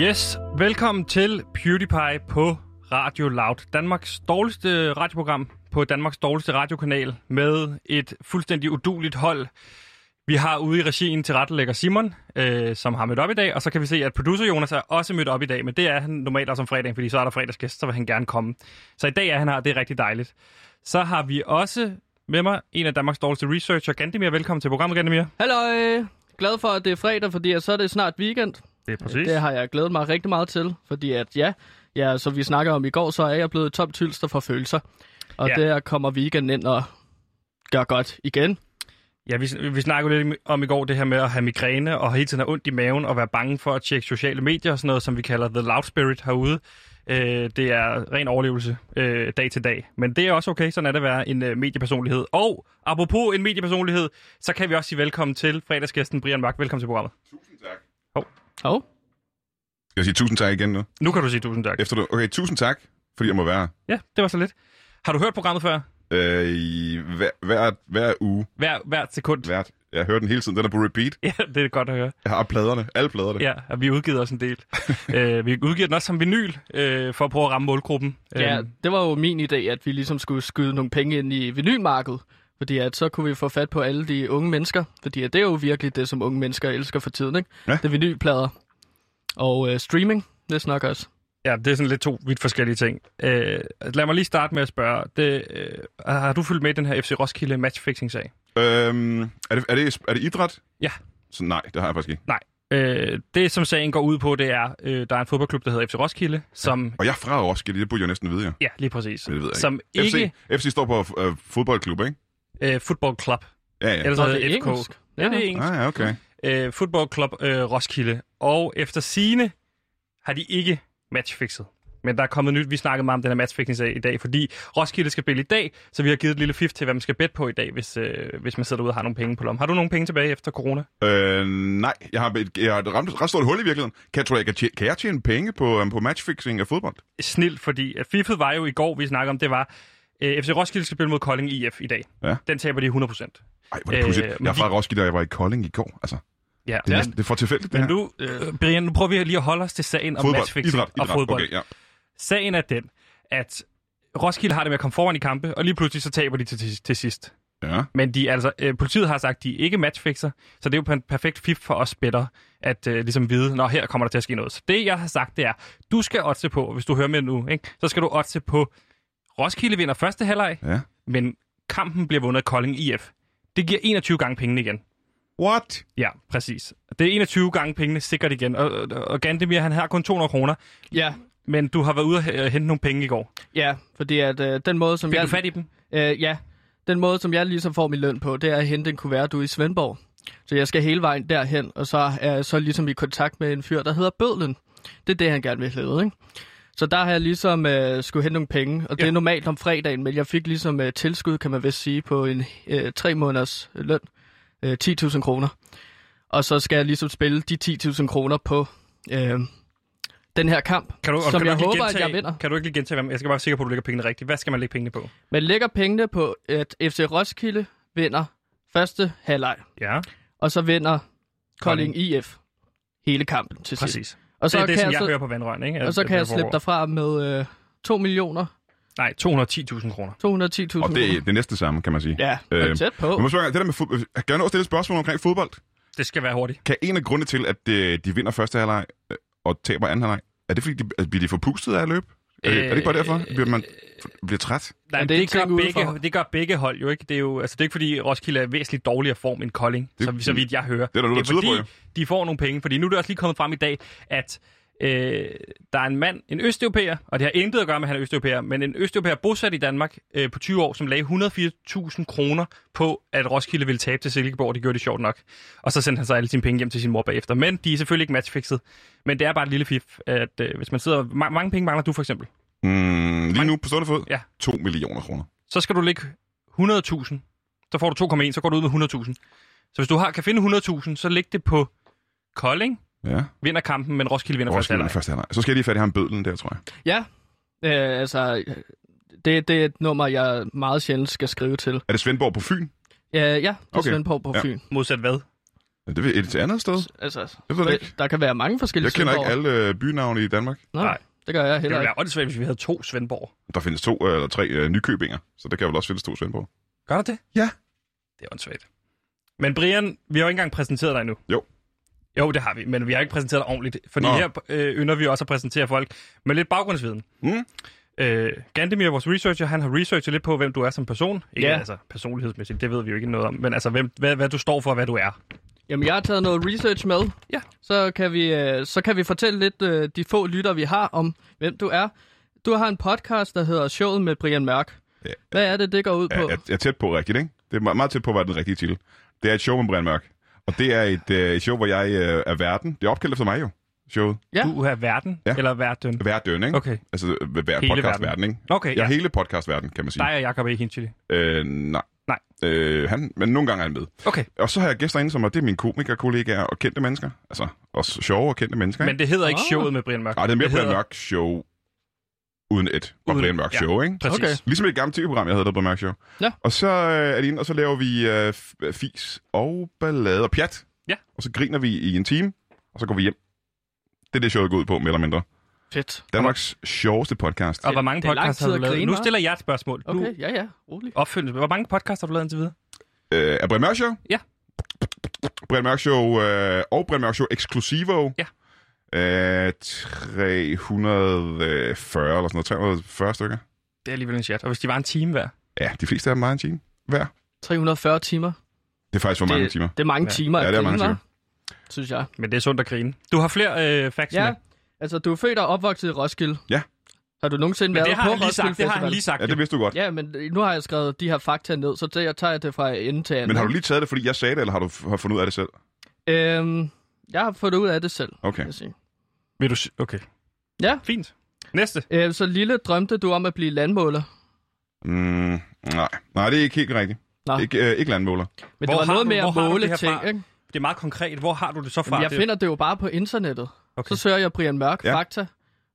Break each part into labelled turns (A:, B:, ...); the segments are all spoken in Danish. A: Yes, velkommen til PewDiePie på Radio Loud, Danmarks dårligste radioprogram på Danmarks dårligste radiokanal med et fuldstændig uduligt hold. Vi har ude i regien til rettelægger Simon, øh, som har mødt op i dag, og så kan vi se, at producer Jonas er også mødt op i dag, men det er han normalt også om fredagen, fordi så er der fredagsgæst, så vil han gerne komme. Så i dag er han her, og det er rigtig dejligt. Så har vi også med mig en af Danmarks dårligste researcher, Gandemir. Velkommen til programmet, Gandemir.
B: Halløj! Glad for, at det er fredag, fordi at så er det snart weekend.
A: Det er præcis.
B: Det har jeg glædet mig rigtig meget til, fordi at ja, ja som vi snakker om i går, så er jeg blevet top tylster for følelser. Og
A: Ja.
B: ja. der kommer weekenden ind og gør godt igen.
A: Ja, vi, vi snakkede lidt om i går det her med at have migræne og hele tiden have ondt i maven og være bange for at tjekke sociale medier og sådan noget, som vi kalder the loud spirit herude. Øh, det er ren overlevelse øh, dag til dag. Men det er også okay, sådan er det at være en øh, mediepersonlighed. Og apropos en mediepersonlighed, så kan vi også sige velkommen til fredagsgæsten Brian Mark. Velkommen til programmet.
C: Tusind tak.
B: Hov,
C: Skal jeg sige tusind tak igen nu?
A: Nu kan du sige tusind tak.
C: Efter du... Okay, tusind tak, fordi jeg må være her.
A: Ja, det var så lidt. Har du hørt programmet før?
C: øh, i hver, hver, hver uge.
A: Hver, hvert sekund.
C: Hvert. Jeg hører den hele tiden. Den er på repeat.
A: Ja, det er godt at høre.
C: Jeg har pladerne. Alle pladerne.
A: Ja, og vi udgiver også en del. øh, vi udgiver den også som vinyl, øh, for at prøve at ramme målgruppen.
B: ja,
A: Øhm,
B: det var jo min idé, at vi ligesom skulle skyde nogle penge ind i vinylmarkedet. Fordi at så kunne vi få fat på alle de unge mennesker. Fordi at det er jo virkelig det, som unge mennesker elsker for tiden, ikke?
C: Ja.
B: Det er vinylplader. Og øh, streaming, det snakker også.
A: Ja, det er sådan lidt to vidt forskellige ting. Øh, lad mig lige starte med at spørge. Det, øh, har du fulgt med i den her FC Roskilde matchfixing-sag?
C: Øhm, er, det, er, det, er det idræt?
A: Ja.
C: Så nej, det har jeg faktisk ikke.
A: Øh, det, som sagen går ud på, det er, øh, der er en fodboldklub, der hedder FC Roskilde, som...
C: Og jeg er fra Roskilde. Det burde jeg næsten vide, ja.
A: Ja, lige præcis.
C: Men det ved jeg ikke.
A: Som ikke...
C: FC, FC står på øh, fodboldklub, ikke?
A: Øh, football Club.
C: Ja, ja.
A: Ellers
B: Nå,
A: hedder
B: det er
A: FK.
B: engelsk.
A: Ja, det
B: Ja.
A: er engelsk.
C: Ah, ja, okay.
A: Øh, football Club øh, Roskilde. Og efter sine har de ikke matchfixet. Men der er kommet nyt. Vi snakkede meget om den her matchfixing i dag, fordi Roskilde skal spille i dag, så vi har givet et lille fif til, hvad man skal bet på i dag, hvis, øh, hvis man sidder derude og har nogle penge på lommen. Har du nogle penge tilbage efter corona?
C: Øh, nej, jeg har, et, jeg har et ramt, ret stort hul i virkeligheden. Kan jeg, tror jeg, kan, tjene, kan jeg tjene penge på, øhm, på matchfixing af fodbold?
A: snilt, fordi at Fiffet var jo i går, vi snakkede om, det var, øh, FC Roskilde skal spille mod Kolding IF i dag.
C: Ja.
A: Den taber de 100%.
C: Ej, hvor er det
A: Øh,
C: pludselig.
A: men
C: jeg er fra
A: de-
C: Roskilde, og jeg var i Kolding i går. Altså,
A: Ja.
C: det, er, næsten, det er for tilfældigt, det
A: Men
C: her.
A: nu, øh, Brian, nu prøver vi lige at holde os til sagen om
C: fodbold,
A: matchfixing
C: idræt, idræt.
A: og fodbold.
C: Okay, ja.
A: Sagen er den, at Roskilde har det med at komme foran i kampe, og lige pludselig så taber de til, til, til sidst.
C: ja.
A: Men de, er altså, øh, politiet har sagt, at de ikke matchfixer, så det er jo en perfekt fif for os spillere at øh, ligesom vide, når her kommer der til at ske noget. Så det, jeg har sagt, det er, du skal otte på, hvis du hører med nu, ikke? så skal du otte på, Roskilde vinder første halvleg,
C: Ja.
A: men kampen bliver vundet af Kolding IF. Det giver 21 gange pengene igen.
C: What?
A: Ja, præcis. Det er 21 gange pengene sikkert igen. Og, og, og Gandemir, han har kun 200 kroner,
B: Ja,
A: men du har været ude og h- hente nogle penge i går.
B: ja, fordi at øh, den måde, som
A: Fik
B: jeg...
A: du fat i dem?
B: Øh, ja, den måde, som jeg ligesom får min løn på, det er at hente en kuvert ude i Svendborg. Så jeg skal hele vejen derhen, og så er jeg så ligesom i kontakt med en fyr, der hedder Bødlen. Det er det, han gerne vil hedde, ikke? Så der har jeg ligesom øh, skulle hente nogle penge, og det
A: Ja.
B: er normalt om fredagen, men jeg fik ligesom øh, tilskud, kan man vist sige, på en øh, tre måneders løn, øh, 10.000 kroner. Og så skal jeg ligesom spille de 10.000 kroner på øh, den her kamp,
A: Kan du, og
B: som
A: kan du
B: jeg
A: ikke lige
B: håber, at
A: gentage,
B: jeg vinder.
A: Kan du ikke lige gentage, hvad- jeg skal bare være sikker på, at du lægger pengene rigtigt. Hvad skal man lægge pengene på?
B: Man lægger pengene på, at FC Roskilde vinder første halvleg,
A: Ja,
B: og så vinder
A: Kolding.
B: Kolding IF hele kampen til sidst.
A: præcis.
B: Og
A: Så
B: så
A: det er det,
B: kan
A: som jeg
B: jeg, så,
A: hører på vandrørene, ikke?
B: og
A: At-
B: så
A: at
C: øh,
B: kan
A: det
B: jeg slippe dig
A: foregår.
B: fra med øh, 2 millioner
A: Nej, 210.000 kroner.
B: 210.000
C: Og det er det er næsten samme, kan man sige.
B: Ja,
C: Øh,
B: øh, tæt på.
C: Men må jeg spørge, det der med fodbold, kan jeg nå at stille et spørgsmål omkring fodbold?
A: Det skal være hurtigt.
C: Kan en af grundene til, at øh, de vinder første halvleg øh, og taber anden halvleg, er det fordi, de, altså, bliver de forpustet af at løbe? Øh, er det ikke bare derfor? Bliver man
A: Øh,
C: bliver træt?
A: Nej, det,
B: Men det er
A: det,
B: en
A: gør
B: ting
A: begge,
B: udefra.
A: det gør begge hold jo ikke. Det er jo altså, det er ikke fordi, Roskilde er i væsentligt dårligere form end Kolding,
C: Det-
A: så, så vidt jeg hører.
C: der noget, der tyder
A: fordi,
C: på,
A: de får nogle penge. Fordi nu er det også lige kommet frem i dag, at øh, der er en mand, en østeuropæer, og det har intet at gøre med, at han er østeuropæer, men en østeuropæer bosat i Danmark øh, på 20 år, som lagde 104.000 kroner på, at Roskilde ville tabe til Silkeborg, og det gjorde det sjovt nok. Og så sendte han så alle sine penge hjem til sin mor bagefter. Men de er selvfølgelig ikke matchfixet. Men det er bare et lille fif, at øh, hvis man sidder... Ma- mange penge mangler du for eksempel.
C: Mm, lige nu på stående fod?
A: Ja.
C: 2 millioner kroner.
A: så skal du lægge 100.000. Så får du 2,1, så går du ud med 100.000. Så hvis du har, kan finde 100.000, så læg det på Kolding,
C: Ja,
A: vinder kampen, men Roskilde vinder
C: Roskilde
A: første
C: vinder
A: halvleg.
C: første halvleg. Så skal jeg lige fat i ham bødlen der, tror jeg.
B: Ja, øh, altså, det, det er et nummer, jeg meget sjældent skal skrive til.
C: Er det Svendborg på Fyn?
B: Ja, ja det er
C: Okay.
B: Svendborg på
C: Ja.
B: Fyn.
A: Modsat hvad?
C: Ja, det er et andet sted.
B: Altså,
C: Jeg ved det ikke.
B: der kan være mange forskellige
C: Jeg kender ikke
B: Svendborg.
C: alle øh, bynavne i Danmark.
B: Nej, det gør jeg
A: Det
B: heller
A: ville
B: ikke.
A: være åndssvagt, hvis vi havde to Svendborg.
C: Der findes to øh, eller tre øh, nykøbinger, så der kan vel også findes to Svendborg.
A: Gør der det?
C: Ja.
A: Det er åndssvagt. Men Brian, vi har jo ikke engang præsenteret dig endnu.
C: Jo.
A: Jo, det har vi, men vi har ikke præsenteret dig ordentligt. Fordi
C: Nå.
A: her øh, ynder vi også at præsentere folk med lidt baggrundsviden.
C: Mm.
A: Øh, Gandemir, vores researcher, han har researchet lidt på, hvem du er som person. Ikke
B: Ja.
A: altså personlighedsmæssigt, det ved vi jo ikke noget om. Men altså, hvem, hvad, hvad du står for, og hvad du er.
B: Jamen, jeg har taget noget research med.
A: Ja.
B: Så kan vi, øh, så kan vi fortælle lidt øh, de få lytter, vi har, om hvem du er. Du har en podcast, der hedder Showet med Brian Mørk.
C: Ja.
B: Hvad er det, det går ud på?
C: Jeg, jeg, jeg er tæt på rigtigt, ikke? Det er me- meget tæt på, hvad er den rigtige titel. Det er et show med Brian Mørk. Og det er et øh, show, hvor jeg øh, er verden. Det er opkaldt efter mig jo, showet.
B: Ja.
A: Du er verden,
C: Ja.
A: eller verden.
C: Verdøn, ikke?
A: Okay.
C: Altså øh, hver
A: Hele
C: podcastverden, ikke?
A: Okay,
C: Jeg er
A: ja.
C: hele podcastverden, kan man sige.
A: Dig og Jacob E. Hinchili.
C: Øh, nej.
A: Nej.
C: Øh, han, men nogle gange er han med.
A: Okay,
C: Og så har jeg gæster inde, som er, det er mine komikerkollegaer og kendte mennesker. Altså, også sjove og kendte mennesker, ikke?
A: men det hedder ikke
B: Ah.
A: showet med Brian Mørk.
C: Nej, det er mere Brian
A: hedder-
C: Mørk Show uden et. Var
A: Uden-
C: Brian Mørk
A: ja.
C: Show, ikke?
A: Præcis.
B: Okay.
C: Ligesom et gammelt tv-program, jeg havde, der Brian Mørk Show.
B: Ja.
C: Og så øh, er det inde, og så laver vi øh, f- fis og ballade og pjat.
A: Ja.
C: Og så griner vi i en time, og så går vi hjem. Det er det, showet går ud på, mere eller mindre.
B: Fedt.
C: Danmarks sjoveste podcast.
A: Og hvor mange
B: Det er lang
A: podcasts
B: tid
A: har du
B: at
A: lavet?
B: grine,
A: Nu
B: hva'?
A: stiller jeg et spørgsmål. Okay. Nu
B: Okay, ja, ja. Rolig.
A: opfølgende. Hvor mange podcasts har du lavet indtil videre?
C: Øh, er Brian Mørk Show?
A: Ja.
C: Brian Mørk Show øh, og Brian Mørk Show Exclusivo.
A: Ja.
C: Øh, 340 eller sådan noget, 340 stykker.
A: Det er alligevel en chat. Og hvis de var en time hver.
C: Ja, de fleste af dem var en time hver.
B: 340 timer.
C: Det er faktisk for mange timer.
B: Det er mange
A: Ja.
B: timer.
C: Ja,
B: at
C: det er mange
B: grine, hva'? Synes jeg.
A: Men det er sundt at grine. Du har flere øh, facts
B: Ja,
A: med.
B: altså du er født og opvokset i Roskilde.
C: Ja.
B: Har du nogensinde
A: Men
B: været
A: det har,
B: på
A: han lige
B: Roskilde
A: sagt, det har han
B: Festival?
A: lige sagt.
C: Ja, det vidste du godt.
B: Ja, men øh, nu har jeg skrevet de her fakta ned, så det, jeg tager det fra ende til anden.
C: Men har du lige taget det, fordi jeg sagde det, eller har du f- har fundet ud af det selv?
B: Øhm, jeg har fået det ud af det selv,
C: Okay.
B: vil jeg sige.
A: Vil du... s- Okay.
B: Ja.
A: Fint. Næste.
B: Øh, så lille drømte du om at blive landmåler.
C: Mm, nej. nej, det er ikke helt rigtigt.
B: Nå.
C: Ikke, øh, ikke landmåler.
B: Men
A: Hvor
B: det var
A: har
B: noget
A: du-
B: med
A: hvor
B: at
A: har du det
B: måle
A: her
B: ting,
A: fra?
B: ikke?
A: Det er meget konkret. Hvor har du det så fra?
B: Jamen, jeg
A: det...
B: finder det jo bare på internettet.
A: Okay.
B: Så søger jeg Brian Mørk,
C: Ja.
B: fakta,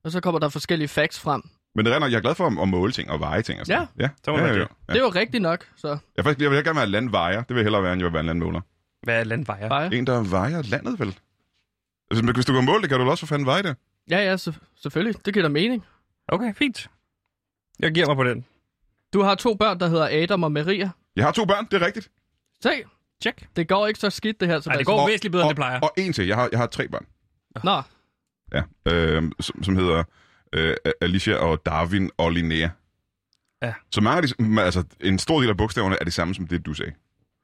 B: og så kommer der forskellige facts frem.
C: Men det er rent nok, jeg er glad for at, at måle ting og veje ting. Og sådan. Ja,
A: så må
C: ja,
A: man
C: ja,
A: det.
C: ja.
B: Det er jo rigtigt nok, så
C: Jeg, faktisk, jeg vil gerne være landvejer. Det vil jeg hellere være, end jeg vil være en landmåler.
A: Hvad er landvejer?
B: bare...
C: En, der vejer landet, vel? Altså, men hvis du kan måle det, kan du vel også for fanden veje det.
B: Ja, ja, så, selvfølgelig. Det giver da mening.
A: Okay, fint. Jeg giver mig på den.
B: Du har to børn, der hedder Adam og Maria.
C: Jeg har to børn, det er rigtigt.
B: Se,
A: Check.
B: det går ikke så skidt, det her,
A: Nej, det
B: Sebastian.
A: går
C: Og-
A: væsentligt bedre,
C: og,
A: end det plejer.
C: Og en til. Jeg har, jeg har tre børn.
B: Nå,
C: Ja. Øh, som, som hedder øh, Alicia og Darwin og Linnea.
A: Ja.
C: Så mange af de, men altså, en stor del af bogstaverne er det samme som det, du sagde.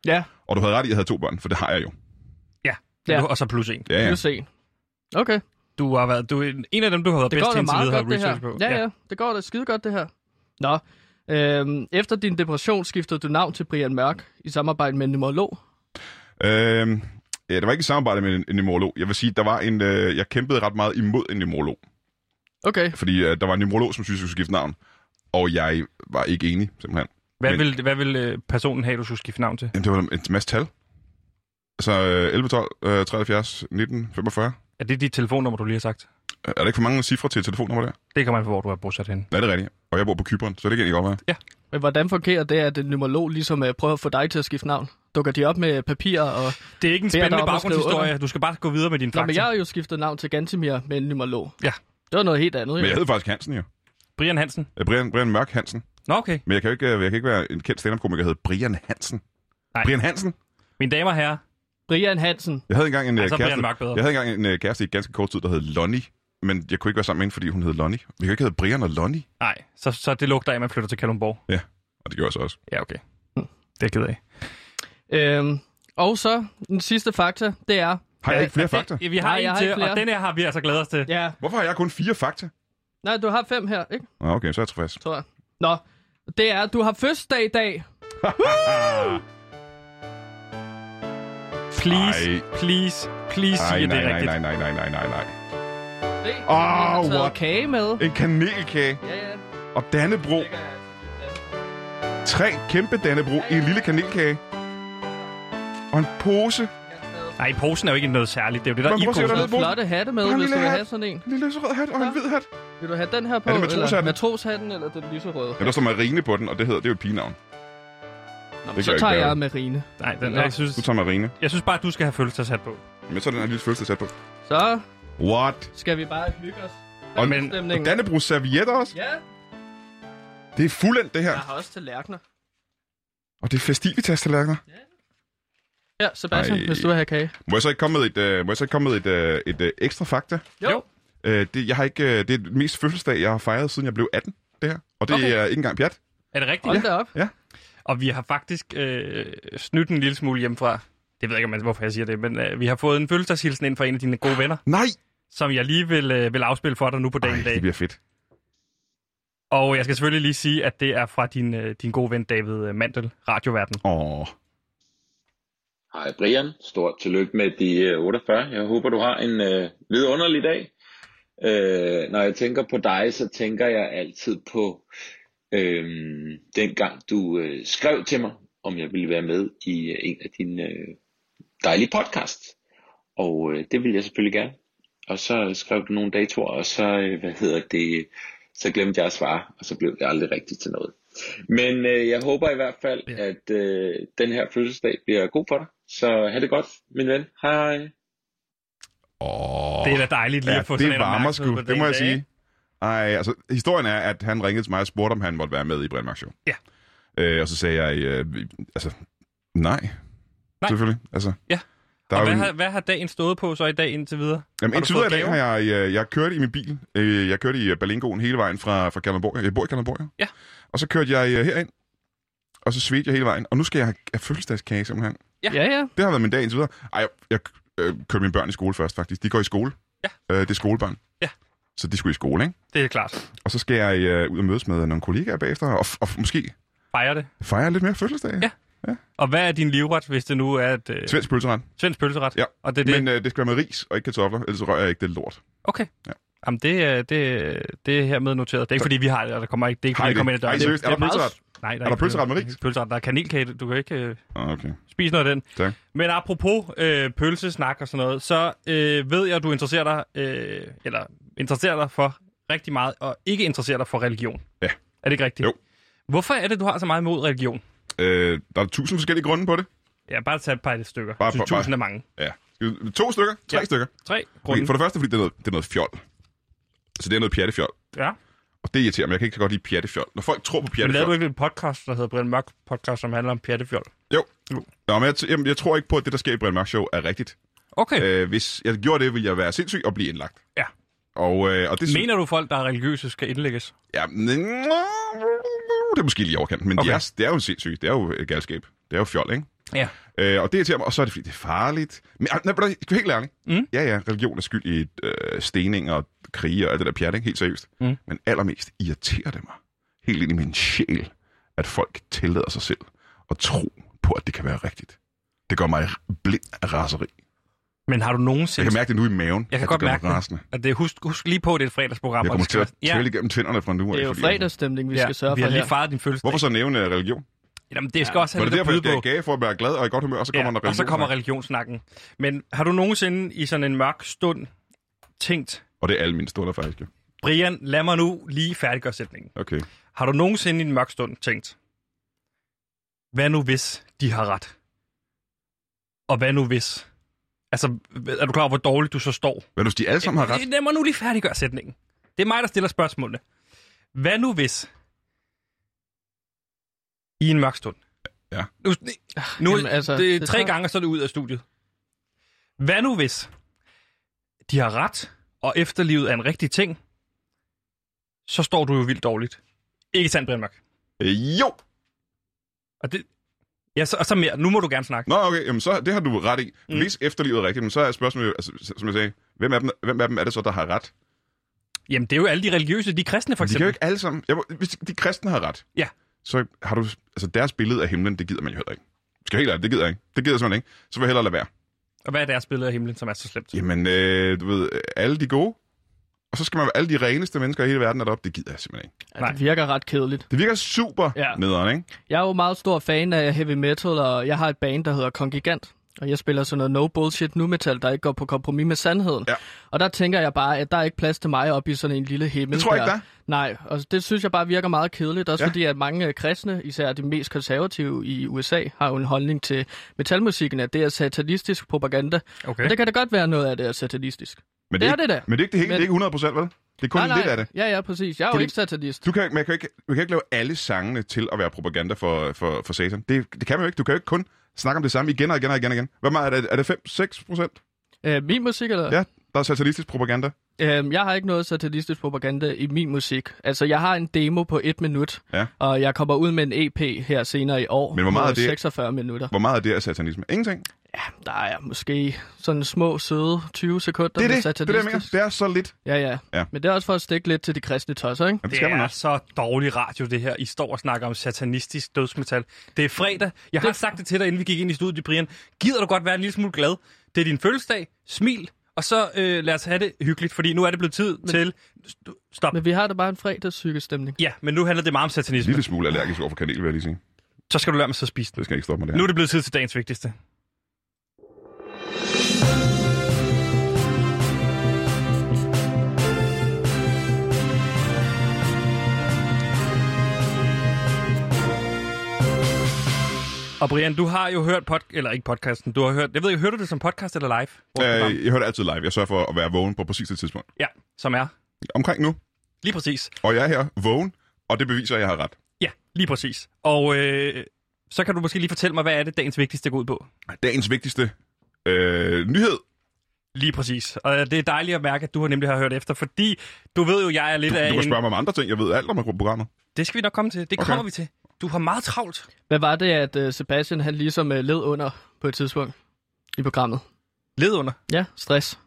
B: ja,
C: Og du havde ret i, at jeg havde to børn, for det har jeg jo.
B: Ja.
A: Og så plus en.
C: Ja,
B: ja.
C: ja.
B: nu se. Okay,
A: Du har været, du er en- en af dem, du har været
B: det
A: bedst
B: går da
A: til indtil
B: meget
A: videre, har
B: godt, det
A: research
B: her.
A: på.
B: Ja, ja, det går da skide godt, det her. Nå, øhm, efter din depression skiftede du navn til Brian Mørk i samarbejde med en numerolog.
C: Øhm, ja, det var ikke i samarbejde med en, en numerolog. Jeg vil sige, der var en, øh, jeg kæmpede ret meget imod en numerolog.
B: Okay,
C: Fordi øh, der var en numerolog, som synes, jeg skulle skifte navn. Og jeg var ikke enig, simpelthen.
A: Hvad
C: Men-
A: vil, hvad vil øh, personen have, du skulle skifte navn til?
C: Jamen, det var en masse tal. Altså øh, 11, 12, øh, 73, 19, 45.
A: Er det dit telefonnummer, du lige har sagt?
C: Er der ikke for mange cifre til et telefonnummer der?
A: Det kommer an på, hvor du er bosat henne.
C: Nej, det er rigtigt. Og jeg bor på Kyberen, så det kan ikke godt være.
B: men hvordan fungerer det, at en numerolog ligesom øh, prøver at få dig til at skifte navn? Dukker de op med papirer og...
A: Det er ikke en
B: Det er
A: spændende
B: deroppe at skrive
A: baggrundshistorie. Du skal bare gå videre med dine
B: Nå, men
A: fakta.
B: jeg har jo skiftet navn til Gantemir med en numerolog.
A: Ja.
B: Det var noget helt andet,
C: Men jeg
B: jo.
C: hedder faktisk Hansen jo.
A: Brian Hansen.
C: Øh, Brian, Brian Mørk Hansen.
A: Nå, okay.
C: Men jeg kan, jo ikke, øh, jeg kan ikke være en kendt stand-up-komiker, der hedder Brian Hansen.
A: Nej.
C: Brian Hansen?
A: Mine damer og herrer.
B: Brian Hansen.
C: Jeg havde engang en,
A: Ja,
C: øh,
A: så er
C: kæreste,
A: Brian Mørk bedre.
C: jeg havde engang en øh, kæreste i ganske kort tid, der hed Lonnie. Men jeg kunne ikke være sammen med hende, fordi hun hed Lonnie. Vi kan jo ikke hedde Brian og Lonnie.
A: Nej, så, så det lugter af, at man flytter til Kalundborg.
C: Og det gjorde jeg så også.
A: Ja, okay.
B: Hmm.
A: Det er jeg ked af.
B: Øhm, og så den sidste fakta, det er...
C: Har
B: Ja,
C: jeg ikke flere fakta?
A: Ja, vi har Nej,
B: Nej, jeg
A: en
B: har
A: til,
B: ikke flere.
A: og den her har vi altså glædet os til. Ja.
B: Ja,
C: Hvorfor har jeg kun fire fakta?
B: nej, du har fem her, ikke?
C: Nå, okay, så er jeg tilfreds.
B: Tror jeg. Nå, det er, du har fødselsdag i dag.
A: Please,
C: Ej.
A: please, please
C: Ej,
A: sig, at det
C: nej,
A: er
C: nej,
A: rigtigt.
C: nej, nej, nej, nej, nej, nej.
B: Se, vi
C: Ah,
B: har taget
C: what?
B: kage med.
C: En kanelkage
B: Ja, ja.
C: og Dannebro.
B: Lækker, altså.
C: Tre kæmpe Dannebro i en lille kanelkage. Og en pose.
A: Nej, posen er jo ikke noget særligt. Det er jo det, der
C: Men
A: er i
C: prøv at se,
A: posen.
C: hvad
B: Du
C: der
B: har flotte hatte med,
C: Bare en
B: hvis du
C: lille
B: vil
C: hat.
B: have sådan en.
C: En lille lyserød hat og en
B: Ja.
C: hvid hat.
B: Vil du have den her på?
C: matroshatten?
B: eller matroshatten, eller den lyserøde?
C: Ja, der står Marine på den, og det hedder, det er jo et pigenavn. kan
B: så
C: jeg
B: tager
C: ikke lave.
B: jeg Marine.
A: Nej, den,
B: Nå.
A: jeg, synes,
C: Du tager Marine.
A: jeg synes bare, at du skal have følelsesat på.
C: Men så er den her lille følelse sat på.
B: Så
C: What?
B: skal vi bare hygge os.
C: Og,
A: Men-
C: og
B: Stemningen.
C: Dannebrugs servietter også?
B: Ja,
C: Det er fuldendt, det her.
B: jeg har også tallerkener.
C: Og det er festivitas-tallerkener.
B: Ja, Sebastian,
C: Ej.
B: Ej. hvis du vil have kage.
C: Må jeg så ikke komme med et, øh, må jeg så ikke komme med et, øh, et øh, ekstra fakta?
B: Jo. jo.
C: Øh, det, jeg har ikke, øh, det er den mest fødselsdag, jeg har fejret, siden jeg blev 18, det her. Og det
B: Okay.
C: er ikke engang pjat.
A: Er det rigtigt?
B: Hold da op.
A: Og vi har faktisk øh, snydt en lille smule hjemmefra. Det ved jeg ikke, om jeg- hvorfor jeg siger det, men øh, vi har fået en fødselsdagshilsen ind fra en af dine gode venner,
C: Nej!
A: som jeg lige vil, øh, vil afspille for dig nu på dagen i
C: Ej, det
A: dag.
C: bliver fedt.
A: Og jeg skal selvfølgelig lige sige, at det er fra din, øh, din gode ven David øh, Mandel, Radioverden.
C: Åh,
D: Hej Brian, stort tillykke med de øh, 48. Jeg håber, du har en øh, vidunderlig dag. Øh, når jeg tænker på dig, så tænker jeg altid på øh, dengang du øh, skrev til mig, om jeg ville være med i øh, en af dine øh, dejlige podcasts. Og øh, det vil jeg selvfølgelig gerne. Og så skrev du nogle datoer, og så, øh, hvad hedder det, så glemte jeg at svare, og så blev det aldrig rigtigt til noget. Men øh, jeg håber i hvert fald,
A: Ja.
D: ja. at øh, den her fødselsdag bliver god for dig. Så have det godt, min ven. Hej.
C: åh.
A: Det er da dejligt lige
C: ja,
A: at få sådan
C: det
A: en
C: varmer
A: opmærksomhed
C: sgu,
A: på
C: det
A: dagen
C: må
A: i
C: jeg
A: dag,
C: sige.
A: ikke?
C: Ej, altså, historien er, at han ringede til mig og spurgte, om han måtte være med i Brian Mørk Show.
A: Ja.
C: Øh, og så sagde jeg, øh, altså, nej.
A: Nej.
C: Selvfølgelig. Altså,
A: Ja.
C: Der
A: Og
C: er
A: hvad,
C: jo en-
A: har, hvad har dagen stået på så i dag indtil videre? Har
C: Jamen,
A: du
C: indtil videre i
A: fået
C: dag
A: gaver?
C: har jeg, øh, jeg kørt i min bil. Øh, Jeg kørte i øh, Berlingoen hele vejen fra, fra Kalundborg. Jeg bor i Kalundborg,
A: Ja.
C: Og så kørte jeg øh, herind, og så svedte jeg hele vejen. Og nu skal jeg have have fødselsdagskage, simpelthen.
A: Ja.
B: Ja, ja.
C: Det har været min dag indtil videre. Ej, jeg, jeg øh, kørte mine børn i skole først, faktisk. De går i skole.
A: Ja.
C: Øh, det er skolebørn.
A: Ja.
C: Så de skulle i skole, ikke?
A: Det er klart.
C: Og så skal jeg øh, ud og mødes med nogle kollegaer bagefter, og, f- og f- måske
A: Fejrer det.
C: fejre lidt mere fødselsdag.
A: Ja. Og hvad er din livret, hvis det nu er et øh,
C: Svensk pølseret.
A: svensk pølseret?
C: Ja,
A: Og det er det.
C: Men øh, det skal være med ris og ikke kartofler, ellers rører jeg ikke det lort.
A: Okay.
C: Ja.
A: Jamen, det, er- det, er- det er hermed noteret. Det er ikke, fordi vi har det, og der kommer ikke, det er ikke,
C: Har
A: fordi
C: I
A: det kommer ind
C: det?
A: ad døren.
C: Ej, seriøst, er der
A: Det meget-
C: pølseret?
A: Nej, der
C: Er der pølseret med ris?
A: ikke Pølseret, der er kanelkage. Du kan ikke øh,
C: Ah, Okay.
A: spise noget af den.
C: Tak.
A: Men apropos øh, pølsesnak og sådan noget, så øh, ved jeg, at du interesserer dig, øh, eller interesserer dig for rigtig meget, og ikke interesserer dig for religion.
C: Ja.
A: Er det ikke rigtigt?
C: Jo.
A: Hvorfor er det, du har så meget imod religion?
C: Øh, der er tusind forskellige grunde på det.
A: Ja, bare tag et par af de stykker.
C: Bare-
A: Bare, synes,
C: bare-
A: tusind er mange.
C: Ja. To stykker? Tre
A: Ja.
C: ja. stykker?
A: Tre grunde.
C: Okay, for det første, fordi det er noget, det er noget fjol. Så det er noget pjattefjol.
A: Ja.
C: Og det irriterer mig. Jeg kan ikke så godt lide pjattefjol. Når folk tror på
A: Men lavede du
C: pjattefjol...
A: ikke en podcast, der hedder Brian Mørk podcast, som handler om pjattefjol?
C: Nå, men jeg, t- jamen, jeg tror ikke på, at det, der sker i Brian Mørk Show, er rigtigt.
A: Okay. Øh,
C: Øh, hvis jeg gjorde det, ville jeg være sindssyg og blive indlagt.
A: Ja.
C: Og, øh, og det
A: Mener du, folk, der er religiøse, skal indlægges?
C: Ja, men- mm, det er måske lige i overkanten, men okay.
A: Okay.
C: det, er, det er jo sindssygt. Det er jo øh, galskab. Det er jo fjol, ikke?
A: Ja.
C: Øh, og det irriterer mig, og så er det, fordi det er farligt. Men ah, nej, men skal vi helt ærligt?
A: Mm.
C: Ja, ja, religion er skyld i øh, stening og krige og alt det der pjat, ikke? Helt seriøst.
A: Mm.
C: Men allermest irriterer det mig, helt ind i min sjæl, at folk tillader sig selv at tro på, at det kan være rigtigt. Det gør mig blind af raseri.
A: Men har du
C: Jeg
A: nogensinde...
C: kan mærke det nu i maven.
A: jeg kan
C: at
A: godt
C: det gør
A: mærke
C: mig
A: det.
C: rasende.
A: at det, husk, husk lige på, at det er et fredagsprogram.
C: Jeg
A: og
C: kommer
A: det
C: til
A: skal
C: at
A: være-
C: tælle igennem tænderne fra nu af.
B: Det er jo
C: fordi-
B: fredagsstemning, vi skal sørge
A: vi
B: for
A: har lige
B: her.
A: fejret din fødselsdag.
C: Hvorfor så nævne øh, religion?
A: Jamen, det skal også have
C: Var det
A: lidt at
C: derfor, jeg
A: byde
C: skal have
A: på.
C: gage for at være glad og i godt humør, og så kommer der
A: og så
C: religion?
A: kommer religionssnakken. Men har du nogensinde i sådan en mørk stund tænkt,
C: Og det er alle mine stunder faktisk. jo.
A: Brian, lad mig nu lige færdiggøre sætningen.
C: Okay.
A: Har du nogensinde i en mørk stund tænkt, hvad nu hvis de har ret? Og hvad nu hvis? Altså, er du klar over, hvor dårligt du så står?
C: Men hvis de alle sammen har ret,
A: Øh, Lad mig nu lige færdiggøre sætningen. Det er mig, der stiller spørgsmålene. Hvad nu hvis... I en mørk stund.
C: Ja.
A: Nu, nu
B: Jamen, altså,
A: det er
B: det
A: tre
B: tager-
A: gange, og så er det ud af studiet. Hvad nu hvis... De har ret, og efterlivet er en rigtig ting, så står du jo vildt dårligt. Ikke sandt, Brian Mørk?
C: øh, jo!
A: Og, det, ja, så, og så mere. Nu må du gerne snakke.
C: Nå, okay, jamen så, det har du ret i.
A: Mm.
C: Hvis efterlivet er rigtigt, men så er spørgsmålet, jo, altså, som jeg sagde, hvem af, dem, hvem af dem er det så, der har ret?
A: Jamen, det er jo alle de religiøse, de er kristne for
C: De kan jo
A: eksempel.
C: ikke alle sammen... Jeg, må- hvis de kristne har ret,
A: Ja.
C: så har du... Altså, deres billede af himlen, det gider man jo heller ikke. Skal jeg helt ærligt, det gider jeg ikke. Det gider jeg simpelthen ikke. Så vil jeg hellere lade være.
A: Og hvad er deres billede af himlen, som er så slemt?
C: Jamen, øh, du ved, alle de gode, og så skal man være alle de reneste mennesker i hele verden er deroppe. Det gider jeg simpelthen ikke.
B: Ja, det virker ret kedeligt.
C: Det virker super
B: Ja.
C: nederen, ikke?
B: Jeg er jo meget stor fan af heavy metal, og jeg har et band, der hedder Kongigant. Og jeg spiller sådan noget no bullshit nu metal, der ikke går på kompromis med sandheden.
C: Ja.
B: Og der tænker jeg bare, at der er ikke plads til mig op i sådan en lille himmel.
C: Det tror jeg ikke, der er.
B: Nej, og det synes jeg bare virker meget kedeligt, også
C: Ja.
B: ja. fordi at mange øh, kristne, især de mest konservative i USA, har jo en holdning til metalmusikken, at det er satanistisk propaganda.
A: Okay.
B: Okay. Og det kan da godt være noget af det er satanistisk.
C: Men
B: Det
C: det,
B: er det da.
C: Men det er ikke det hele,
B: Men-
C: det er ikke 100 procent, vel? Det er kun
B: nej, nej.
C: lidt af det.
B: Ja, ja, præcis. Jeg er jo
C: Fordi-
B: ikke satanist.
C: Du kan, jo ikke- man kan jo ikke, man kan jo ikke lave alle sangene til at være propaganda for, for, for Satan. Det, det kan man jo ikke. Du kan jo ikke kun snakke om det samme igen og igen og igen og igen. Hvad meget er det? Er det 5-6 procent?
B: Øh, min musik, eller?
C: Ja, der er satanistisk propaganda.
B: Øhm, jeg har ikke noget satanistisk propaganda i min musik. Altså, jeg har en demo på et minut,
C: Ja.
B: og jeg kommer ud med en EP her senere i år.
C: Men hvor meget
B: på
C: er det?
B: 46 minutter.
C: Hvor meget af det er satanisme? Ingenting.
B: Ja, der er måske sådan små, søde 20 sekunder
C: Det er
B: med
C: det. Det er det, jeg mener.
B: satanistisk.
C: Det er så lidt.
B: Ja, ja,
C: Ja.
B: Men det er også for at stikke lidt til de kristne tosser, ikke?
C: Jamen, det
A: Det
C: skal man
A: er
C: også.
A: så dårlig radio, det her. I står og snakker om satanistisk dødsmetal. Det er fredag. Jeg har
B: Det-
A: sagt det til dig, inden vi gik ind i studiet, Brian. Gider du godt være en lille smule glad? Det er din fødselsdag. Smil. Og så øh, lad os have det hyggeligt, fordi nu er det blevet tid men, til... St- stop. Men,
B: Men vi har da bare en fredagssykestemning.
A: ja, men nu handler det meget om
C: En
A: satanisme.
C: lille smule allergisk over for kanel, vil jeg lige sige.
A: Så skal du lade mig så spise den.
C: Det skal jeg ikke stoppe med det her.
A: Nu er det blevet tid til dagens vigtigste. Og Brian, du har jo hørt pod eller ikke podcasten, du har hørt, jeg ved ikke, hørte du det som podcast eller live? Vores program?
C: Øh, jeg hører det altid live. Jeg sørger for at være vågen på præcis det tidspunkt.
A: Ja, som er.
C: Omkring nu.
A: Lige præcis.
C: Og jeg er her vågen, og det beviser, at jeg har ret.
A: Ja, lige præcis. Og øh, så kan du måske lige fortælle mig, hvad er det dagens vigtigste går ud på?
C: Dagens vigtigste øh, nyhed.
A: Lige præcis. Og det er dejligt at mærke, at du har nemlig har hørt efter, fordi du ved jo, jeg er lidt
C: Du,
A: af
C: du kan
A: en...
C: spørge mig om andre ting. Jeg ved alt om programmet.
A: Det skal vi nok komme til. Det
C: Okay.
A: okay. kommer vi til. Du har meget travlt.
B: Hvad var det, at øh, Sebastian han ligesom øh, led under på et tidspunkt i programmet?
A: Led under.
B: Ja, stress.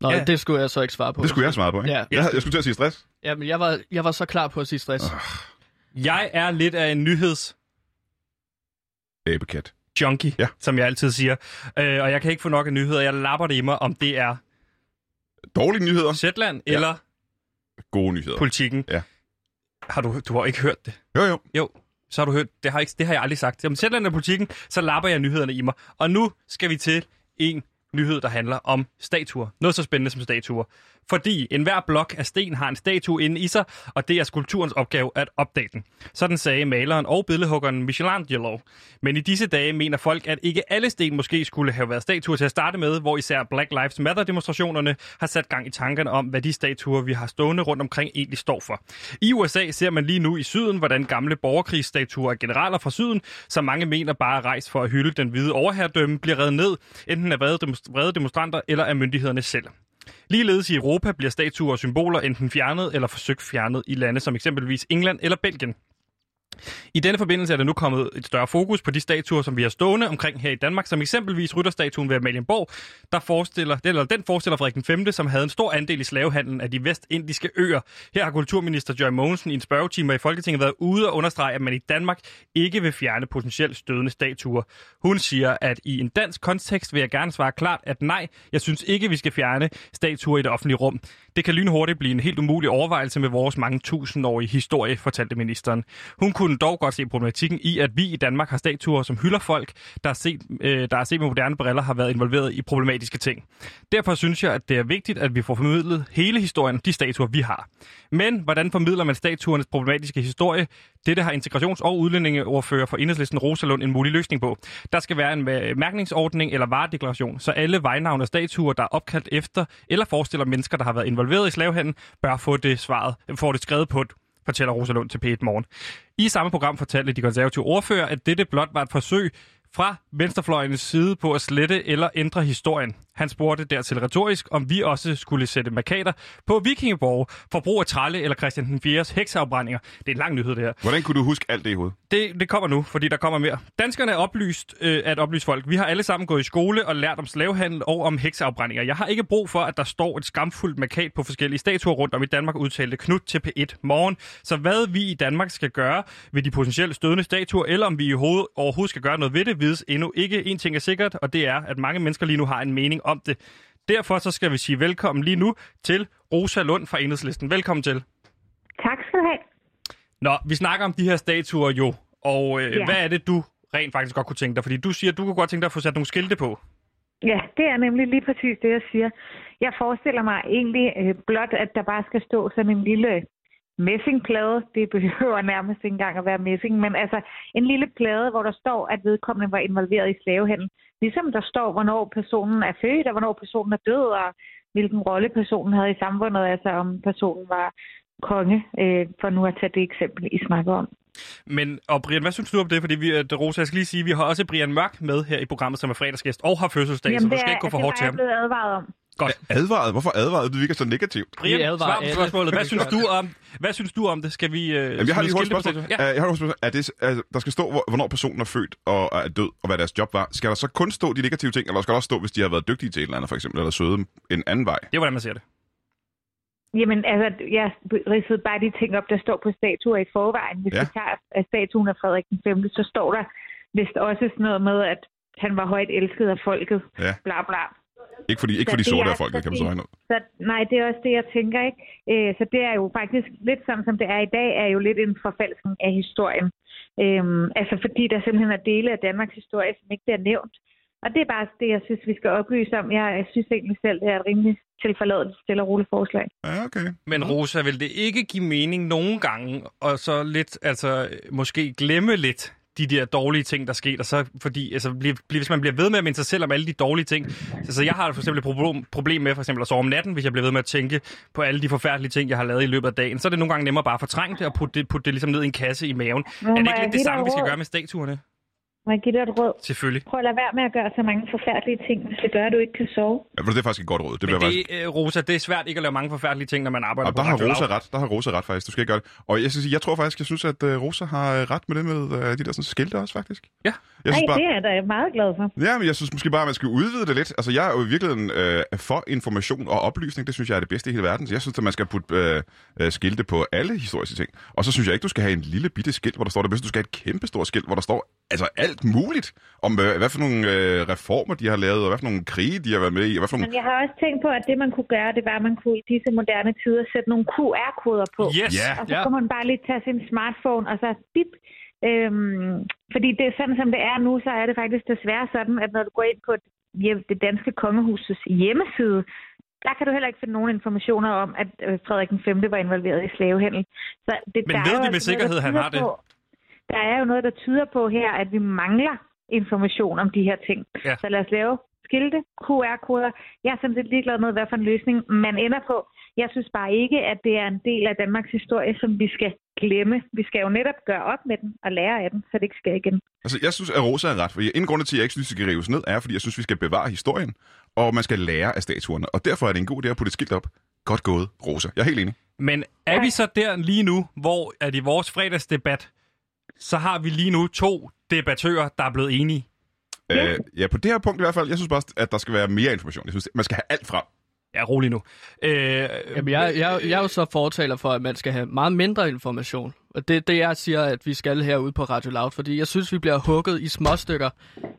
B: Nå,
A: Ja.
B: ja. det skulle jeg så ikke svare på.
C: Det skulle jeg svare på, ikke?
B: Ja.
C: Jeg, havde- jeg skulle til at sige stress.
B: Ja, men jeg var, jeg var så klar på at sige stress.
A: Jeg er lidt af en nyheds
C: Æbekat.
A: junkie,
C: Ja.
A: ja. som jeg altid siger. Øh, og jeg kan ikke få nok af nyheder. Jeg lapper det i mig, om det er
C: Dårlige nyheder.
A: Zetland
C: Ja.
A: ja. eller
C: Gode nyheder.
A: politikken.
C: Ja.
A: Har du, du har ikke hørt det.
C: Jo, jo.
A: Jo, så har du hørt. Det har, ikke, det har jeg aldrig sagt. Om Zetland og politikken, så lapper jeg nyhederne i mig. Og nu skal vi til en nyhed, der handler om statuer. Noget så spændende som statuer. Fordi enhver blok af sten har en statue inde i sig, og det er skulpturens opgave at opdage den. Sådan sagde maleren og billedhuggeren Michelangelo. Men i disse dage mener folk, at ikke alle sten måske skulle have været statuer til at starte med, hvor især Black Lives Matter-demonstrationerne har sat gang i tankerne om, hvad de statuer, vi har stående rundt omkring, egentlig står for. I USA ser man lige nu i syden, hvordan gamle borgerkrigsstatuer af generaler fra syden, som mange mener bare er rejst for at hylde den hvide overherredømme, bliver reddet ned, enten af vrede demonstra- vrede demonstranter eller af myndighederne selv. Ligeledes i Europa bliver statuer og symboler enten fjernet eller forsøgt fjernet i lande som eksempelvis England eller Belgien. I denne forbindelse er der nu kommet et større fokus på de statuer, som vi har stående omkring her i Danmark, som eksempelvis rytterstatuen ved Amalienborg, der forestiller, eller den forestiller Frederik den 5., som havde en stor andel i slavehandlen af de vestindiske øer. Her har kulturminister Joy Mogensen i en spørgetime i Folketinget været ude og understrege, at man i Danmark ikke vil fjerne potentielt stødende statuer. Hun siger, at i en dansk kontekst vil jeg gerne svare klart, at nej, jeg synes ikke, vi skal fjerne statuer i det offentlige rum. Det kan lynhurtigt blive en helt umulig overvejelse med vores mange tusindårige historie, fortalte ministeren. Hun kunne dog godt se problematikken i, at vi i Danmark har statuer, som hylder folk, der er set, øh, der er set med moderne briller, har været involveret i problematiske ting. Derfor synes jeg, at det er vigtigt, at vi får formidlet hele historien om de statuer, vi har. Men hvordan formidler man statuernes problematiske historie? Dette har integrations- og udlændingeordfører for Enhedslisten Rosalund en mulig løsning på. Der skal være en øh, mærkningsordning eller varedeklaration, så alle vejnavne og statuer, der er opkaldt efter eller forestiller mennesker, der har været involveret i slavehandel, bør få det, svaret, får det skrevet på et fortæller Rosa Lund til P1 Morgen. I samme program fortalte de konservative ordfører, at dette blot var et forsøg fra venstrefløjens side på at slette eller ændre historien. Han spurgte dertil retorisk, om vi også skulle sætte markader på vikingeborg for brug af Tralle eller Christian den 4. hekseafbrændinger. Det er en lang nyhed, det her.
C: Hvordan kunne du huske alt det i hovedet?
A: Det, det kommer nu, fordi der kommer mere. Danskerne er oplyst øh, at oplyse folk. Vi har alle sammen gået i skole og lært om slavehandel og om hekseafbrændinger. Jeg har ikke brug for, at der står et skamfuldt markat på forskellige statuer rundt om i Danmark, udtalte Knud til P1 morgen. Så hvad vi i Danmark skal gøre ved de potentielt stødende statuer, eller om vi i hoved, overhovedet skal gøre noget ved det, vides endnu ikke. En ting er sikkert, og det er, at mange mennesker lige nu har en mening om det. Derfor så skal vi sige velkommen lige nu til Rosa Lund fra Enhedslisten. Velkommen til.
E: Tak skal du have.
A: Nå, vi snakker om de her statuer jo, og øh,
E: Ja.
A: hvad er det, du rent faktisk godt kunne tænke dig? Fordi du siger, at du kunne godt tænke dig at få sat nogle skilte på.
E: Ja, det er nemlig lige præcis det, jeg siger. Jeg forestiller mig egentlig øh, blot, at der bare skal stå sådan en lille øh, messingplade. Det behøver nærmest ikke engang at være messing, men altså en lille plade, hvor der står, at vedkommende var involveret i slavehandel. Ligesom der står, hvornår personen er født, og hvornår personen er død, og hvilken rolle personen havde i samfundet, altså om personen var konge, øh, for nu at tage det eksempel, I snakker om.
A: Men, og Brian, hvad synes du om det? Fordi vi, at Rosa, jeg skal lige sige, vi har også Brian Mørk med her i programmet, som er fredagsgæst og har fødselsdag, Jamen, så du
E: det
A: skal
E: er-
A: ikke gå for
E: det
A: hårdt
E: var
A: til
E: jeg
A: ham.
E: blevet advaret om.
A: Godt.
C: Advaret? Hvorfor advaret? Du virker så negativt.
A: Brian,
B: Vi advarer
A: svar på
B: alle.
A: spørgsmålet. Hvad
B: Det
A: synes
B: gør
A: du om, hvad synes du om det? Skal vi øh,
C: Jamen, jeg har
A: smide
C: lige hurtigt
A: skilte på
C: spørgsmål.
A: det?
C: Ja. Øh, Jeg har et spørgsmål. Er det, altså, der skal stå, hvor- hvornår personen er født og er død, og hvad deres job var. Skal der så kun stå de negative ting, eller skal der også stå, hvis de har været dygtige til et eller andet, for eksempel, eller søde en anden vej?
A: Det er, hvordan man ser det.
E: Jamen, altså, jeg ridsede bare de ting op, der står på statuer i forvejen. Hvis
C: Ja.
E: ja. vi tager af statuen af Frederik den 5., så står der vist også sådan noget med, at han var højt elsket af folket.
C: Ja.
E: Bla, bla.
C: Ikke fordi, ikke
E: Så
C: fordi
E: det
C: sorte
E: er-
C: er folk,
E: så
C: kan man så
E: det-
C: regne ud.
E: Så nej, det er også det, jeg tænker, ikke? Øh, så det er jo faktisk lidt sådan, som det er i dag, er jo lidt en forfalskning af historien. Øhm, altså fordi der simpelthen er dele af Danmarks historie, som ikke bliver nævnt. Og det er bare det, jeg synes, vi skal oplyse om. Jeg, jeg synes egentlig selv, det er et rimelig tilforladeligt, stille og roligt forslag.
C: Ja, okay.
A: Men
E: Mhm.
A: Rosa, vil det ikke give mening nogen gange, og så lidt, altså øh, måske glemme lidt de der dårlige ting, der sker, og så fordi, altså, bliv, bliv, hvis man bliver ved med at minde sig selv om alle de dårlige ting, så, så jeg har for eksempel et problem, problem med for eksempel at sove om natten, hvis jeg bliver ved med at tænke på alle de forfærdelige ting, jeg har lavet i løbet af dagen, så er det nogle gange nemmere bare at fortrænge det og putte det, putte det ligesom ned i en kasse i maven.
E: Nu
A: er det ikke
E: må
A: lidt
E: jeg give
A: det
E: dig
A: samme,
E: et
A: vi skal
E: råd.
A: gøre med statuerne?
E: Må jeg give dig et råd?
A: Selvfølgelig.
E: Prøv at lade være med at gøre så mange forfærdelige ting, hvis det gør, at du ikke kan sove.
C: Ja, for det er faktisk et godt råd. Det
A: Men
C: bliver faktisk...
A: det, øh, Rosa, det er svært ikke at lave mange forfærdelige ting, når man arbejder
C: Og
A: på
C: der har
A: Radio
C: Rosa
A: Loud.
C: ret. Der har Rosa ret faktisk. Du skal ikke gøre det. Og jeg skal sige, jeg tror faktisk, jeg synes, at øh, Rosa har øh, ret med det med øh, de der sådan, skilte også, faktisk.
A: Ja.
C: Jeg
E: Nej,
C: synes bare,
E: det er jeg da meget glad for.
C: Ja, men jeg synes måske bare, at man skal udvide det lidt. Altså, jeg er jo i virkeligheden øh, for information og oplysning. Det synes jeg er det bedste i hele verden. Så jeg synes, at man skal putte øh, øh, skilte på alle historiske ting. Og så synes jeg ikke, du skal have en lille bitte skilt, hvor der står det bedste. Du skal have et kæmpe stort skilt, hvor der står altså alt muligt om, øh, hvad for nogle øh, reformer, de har lavet, og hvad for nogle krige, de har været med i, og hvad for
E: Men
C: nogle...
E: jeg har også tænkt på, at det, man kunne gøre, det var, at man kunne i disse moderne tider sætte nogle QR-koder på.
A: Yes.
C: Ja.
E: Og så
B: Ja.
E: ja. kunne man bare lige tage sin smartphone og så bip. Øhm, fordi det er sådan, som det er nu, så er det faktisk desværre sådan, at når du går ind på hjem- det danske kongehusets hjemmeside, der kan du heller ikke finde nogen informationer om, at øh, Frederik den 5. var involveret i slavehandel. Så det,
A: Men
E: der
A: ved
E: er jo
A: vi med
E: altså noget,
A: sikkerhed,
E: der
A: han
E: tyder
A: har det?
E: På, der er jo noget, der tyder på her, at vi mangler information om de her ting.
A: Ja.
E: Så lad os lave skilte, QR-koder. Jeg er sådan set ligeglad med, hvad for en løsning man ender på. Jeg synes bare ikke, at det er en del af Danmarks historie, som vi skal glemme. Vi skal jo netop gøre op med den og lære af den, så det ikke sker igen.
C: Altså, jeg synes, at Rosa er ret. Fordi en grund til, at jeg ikke synes, det skal rives ned, er, fordi jeg synes, vi skal bevare historien, og man skal lære af statuerne. Og derfor er det en god idé at putte et skilt op. Godt gået, Rosa. Jeg er helt enig.
A: Men er vi så der lige nu, hvor at i vores fredagsdebat, så har vi lige nu to debattører, der er blevet enige.
C: Øh, ja, på det her punkt i hvert fald, jeg synes bare, at der skal være mere information. Jeg synes, man skal have alt frem.
A: Ja, rolig nu. Øh,
B: Jamen, jeg, jeg, jeg er jo så fortaler for, at man skal have meget mindre information. Og det er det, jeg siger, at vi skal herude på Radio Loud, fordi jeg synes, vi bliver hugget i småstykker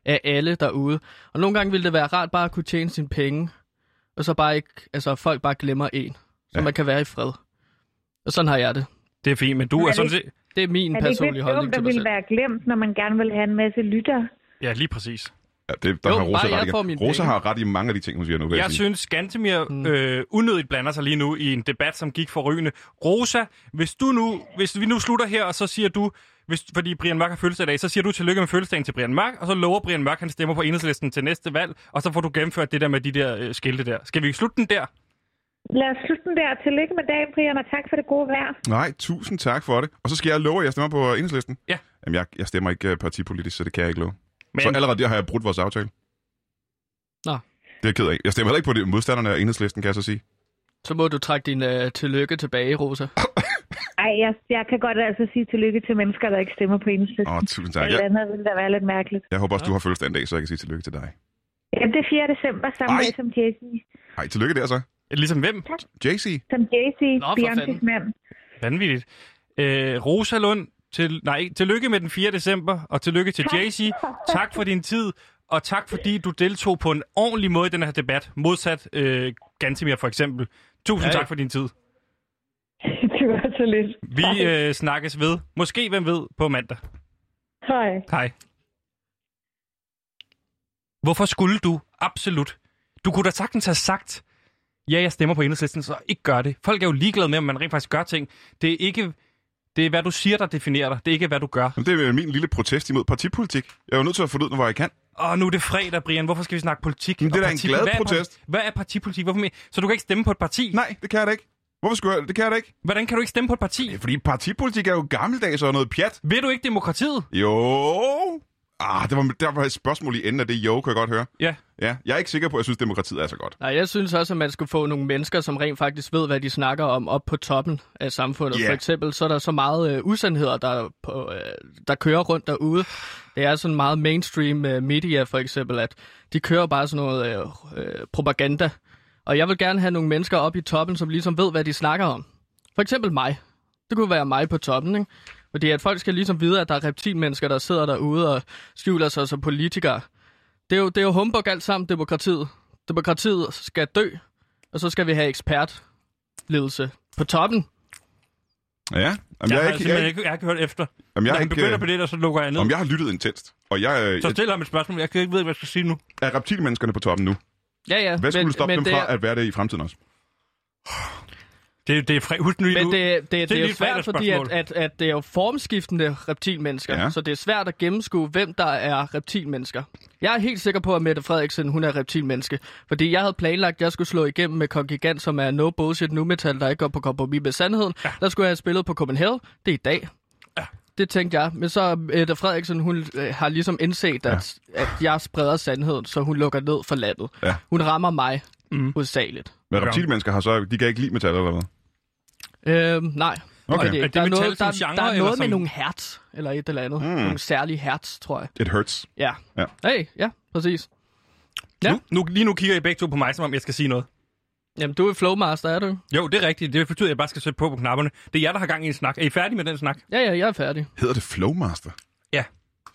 B: af alle derude. Og nogle gange ville det være rart bare at kunne tjene sine penge, og så bare ikke, altså folk bare glemmer en, så
C: Ja.
B: ja. man kan være i fred. Og sådan har jeg det.
A: Det er fint, men du
E: Men
A: er
E: er
A: sådan
E: det-
A: set...
B: Det er min
E: Er det ikke
B: personlige
E: lidt
B: holdning
E: dumt,
B: til
E: at
B: mig selv.
E: ville være glemt, når man gerne vil have en masse lyttere?
A: Ja, lige præcis.
C: Ja, det, der
B: Jo,
C: har Rosa
B: bare jeg får
C: ret igen.
B: mine
C: Rosa
B: penge.
C: har ret i mange af de ting, hun siger nu. Vil jeg
A: Jeg
C: sige.
A: synes, Gantemir øh, unødigt blander sig lige nu i en debat, som gik forrygende. Rosa, hvis du nu, hvis vi nu slutter her, og så siger du, hvis, fordi Brian Mørk har fødselsdag i dag, så siger du tillykke med fødselsdagen til Brian Mørk, og så lover Brian Mørk, han stemmer på enhedslisten til næste valg, og så får du gennemført det der med de der øh, skilte der. Skal vi slutte den der?
E: Lad os slutte den der. Tillykke med dagen, Brian, og tak for det gode vejr.
C: Nej, tusind tak for det. Og så skal jeg love, at jeg stemmer på enhedslisten.
A: Ja.
C: Jamen, jeg, jeg stemmer ikke øh, partipolitisk, så det kan jeg ikke love. Men...
A: Men-
C: Så allerede der har jeg brudt vores aftale.
B: Nå.
C: Det er jeg ked af. Jeg stemmer heller ikke på det. modstanderne af enhedslisten, kan jeg så sige.
B: Så må du trække din øh, tillykke tilbage, Rosa.
E: Ej, jeg, jeg kan godt altså sige tillykke til mennesker, der ikke stemmer på enhedslisten.
C: Åh, oh, tusind tak.
E: Alt
C: Jeg,
E: andet ville da være lidt mærkeligt.
C: jeg håber også, du har fødselsdag en dag, så jeg kan sige tillykke til dig.
E: Ja, det er 4. december, samme
C: Ej.
E: dag som Jay-Z.
C: Hej, tillykke der så.
A: Ligesom hvem?
C: JC.
E: Som Jay-Z,
B: Nå, for
E: Beyoncé's
B: fanden.
E: mand.
A: Vanvittigt. Øh, Rosa Lund, til, nej, tillykke med den 4. december, og tillykke til
E: Tak.
A: Jay-Z. Tak for din tid, og tak fordi du deltog på en ordentlig måde i den her debat, modsat øh, Gantemir for eksempel. Tusind
B: Ja, ja.
A: tak for din tid.
E: det var så lidt.
A: øh, Vi øh, snakkes ved, måske hvem ved, på mandag.
E: Hej.
A: Hej. Hvorfor skulle du absolut? Du kunne da sagtens have sagt, ja, jeg stemmer på enhedslisten, så ikke gør det. Folk er jo ligeglade med, om man rent faktisk gør ting. Det er ikke, det er hvad du siger, der definerer dig. Det er ikke, hvad du gør.
C: Jamen, det er min lille protest imod partipolitik. Jeg er jo nødt til at få det ud, når jeg kan.
A: Og nu er det fredag, Brian. Hvorfor skal vi snakke politik?
C: Men det er
A: og
C: da en
A: parti-
C: glad
A: hvad er par-
C: protest.
A: Hvad er partipolitik? Hvorfor men... Så du kan ikke stemme på et parti?
C: Nej, det kan jeg da ikke. Hvorfor skulle jeg? Det kan jeg da ikke.
A: Hvordan kan du ikke stemme på et parti?
C: Det er fordi partipolitik er jo gammeldags og noget pjat.
A: Vil du ikke demokratiet?
C: Jo. Ah, det var, der var et spørgsmål i enden af det jo, kan jeg godt høre.
A: Ja.
C: Ja, jeg er ikke sikker på, at jeg synes, demokratiet er så godt.
B: Nej, jeg synes også, at man skulle få nogle mennesker, som rent faktisk ved, hvad de snakker om, op på toppen af samfundet.
C: Ja.
B: For eksempel, så er der så meget øh, usandheder, der, er på, øh, der kører rundt derude. Det er sådan meget mainstream øh, media, for eksempel, at de kører bare sådan noget øh, øh, propaganda. Og jeg vil gerne have nogle mennesker op i toppen, som ligesom ved, hvad de snakker om. For eksempel mig. Det kunne være mig på toppen, ikke? Fordi at folk skal ligesom vide, at der er reptilmennesker, der sidder derude og skjuler sig som politikere. Det er jo, det er jo humbug alt sammen, demokratiet. Demokratiet skal dø, og så skal vi have ekspertledelse på toppen.
C: Ja, jamen,
A: Jeg,
C: jeg,
A: har
C: er
A: ikke,
C: ikke, jeg,
A: simpelthen
C: er
A: ikke, jeg har ikke hørt efter.
C: jamen, jeg,
A: Når
C: er
A: han
C: ikke,
A: begynder
C: øh,
A: på det, der, så lukker jeg ned.
C: jamen, jeg har lyttet intenst, og jeg, øh,
A: Så
C: jeg
A: stiller ham et spørgsmål. Jeg kan ikke vide, hvad jeg skal sige nu.
C: er reptilmenneskerne på toppen nu.
B: Ja, ja.
C: Hvad skulle stoppe dem
B: det
C: fra
B: Er,
C: at være det i fremtiden også?
A: Det, det er fred. Husk nu lige
B: men
A: nu.
B: det, det, det, det er
A: lige
B: jo
A: et
B: svært, fordi at,
A: fredagsspørgsmål.
B: at, at det er jo formskiftende reptilmennesker,
C: Ja.
B: ja. så det er svært at gennemskue, hvem der er reptilmennesker. Jeg er helt sikker på, at Mette Frederiksen hun er reptilmenneske, fordi jeg havde planlagt, at jeg skulle slå igennem med Kong Gigant, som er no bullshit nu metal, der ikke går på kompromis med sandheden. Ja. Der skulle jeg have spillet på Copenhagen. Det er i dag. Det tænkte jeg, men så Mette Frederiksen, hun øh, har ligesom indset, at, ja. at jeg spreder sandheden, så hun lukker ned for landet.
C: Ja.
B: Hun rammer mig, mm. hovedsageligt.
C: Men reptilmennesker har så, de kan ikke lide metal eller hvad?
B: Øh, nej.
C: Okay.
B: Det, det,
A: Er det
B: der, er
A: metal
B: noget, der,
A: som
B: der
A: genre,
B: er
A: eller
B: noget med
A: som-
B: nogle hertz, eller et eller andet. Mm. Nogle særlige hertz, tror jeg.
C: It hurts.
B: Ja.
C: Ja.
B: Hey, ja, præcis. Ja.
A: Nu, nu, lige nu kigger I begge to på mig, som om jeg skal sige noget.
B: Jamen, du er flowmaster, er du? ikke?
A: Jo, det er rigtigt. Det betyder, at jeg bare skal sætte på på knapperne. Det er jer, der har gang i en snak. Er I færdige med den snak?
B: Ja, ja, jeg er færdig.
C: Hedder det Flowmaster?
A: Ja.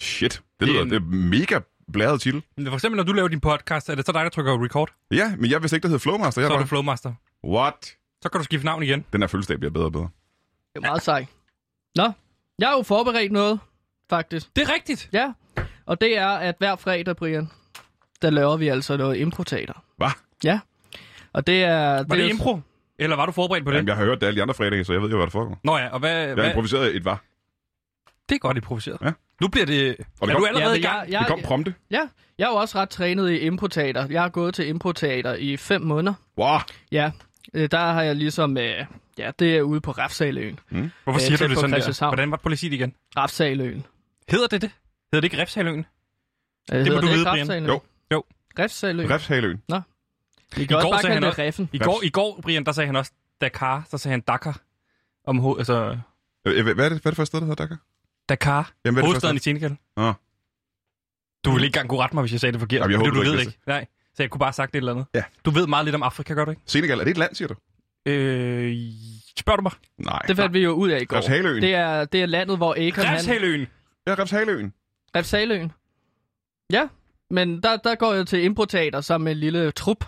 C: Shit,
A: Det
C: det,
A: er
C: lyder,
A: en-
C: det er mega blæret titel.
A: Men For eksempel, når du laver din podcast, er det så dig, der trykker record?
C: Ja, men jeg vidste ikke, det hed Flowmaster. Jeg
A: Så er
C: var,
A: du flowmaster.
C: what?
A: Så kan du skifte navn igen.
C: Den her fødselsdag bliver bedre og bedre.
B: Det er meget sej. Nå, jeg har jo forberedt noget, faktisk.
A: Det er rigtigt.
B: Ja, og det er, at hver fredag, Brian, der laver vi altså noget improteater.
C: Hvad?
B: Ja, og det er...
A: Var
B: er
A: det
B: jo-
A: impro? Eller var du forberedt på det?
C: Jamen, jeg har hørt det alle de andre fredage, så jeg ved jo, hvad der foregår.
A: Nå ja, og hvad,
C: Jeg har
A: hvad,
C: improviseret et var.
A: det er godt improviseret.
C: Ja.
A: Nu bliver det...
C: Og det
A: er du
C: kom-
A: allerede
B: men
A: i gang?
B: jeg, jeg,
C: Det kom prompte.
B: ja, jeg er jo også ret trænet i improteater. Jeg har gået til improteater i fem måneder.
C: Wow.
B: Ja, øh, der har jeg ligesom... Øh, ja, det er ude på Rafsaløen.
A: Hvorfor
B: Øh,
A: siger
B: tæt
A: du det
B: på
A: sådan der?
B: Christianshavn.
A: Hvordan var politiet igen?
B: Rafsaløen.
A: Hedder det det? Hedder det ikke Refshaløen?
B: Øh, hedder
A: må du
B: ikke
A: vide, Brian.
B: Refsaløen?
C: Jo.
A: Jo.
B: Refsaløen.
C: Refshaløen.
B: I
A: går
B: går bare
A: sagde
B: kalde
A: han
B: det Reffen.
A: I går, I går, Brian, der sagde han også Dakar. Der sagde han Dakar. Om ho- altså,
C: Øh, øh, Hvad er det, hvad er det første sted, der hedder Dakar?
A: Dakar.
C: Jamen, hvad er det
A: hovedstaden i Senegal.
C: Nå.
A: Du ville ikke engang kunne rette mig, hvis jeg sagde det forkert.
C: Jamen, jeg
A: fordi
C: håber,
A: du,
C: du
A: ved
C: ikke
A: ikke. Nej, så jeg kunne bare have sagt det eller andet.
C: Ja.
A: Du ved meget lidt om Afrika, gør du ikke?
C: Senegal, er det et land, siger du?
A: Øh, spørger du mig?
C: Nej.
B: Det fandt vi jo ud af i går.
C: Refshaløen.
B: Det er, det er landet, hvor Akon... han-
A: Refshaløen!
C: Ja, Refshaløen.
B: Refsaløen. Ja, men der, der går jeg til improteater sammen med en lille trup.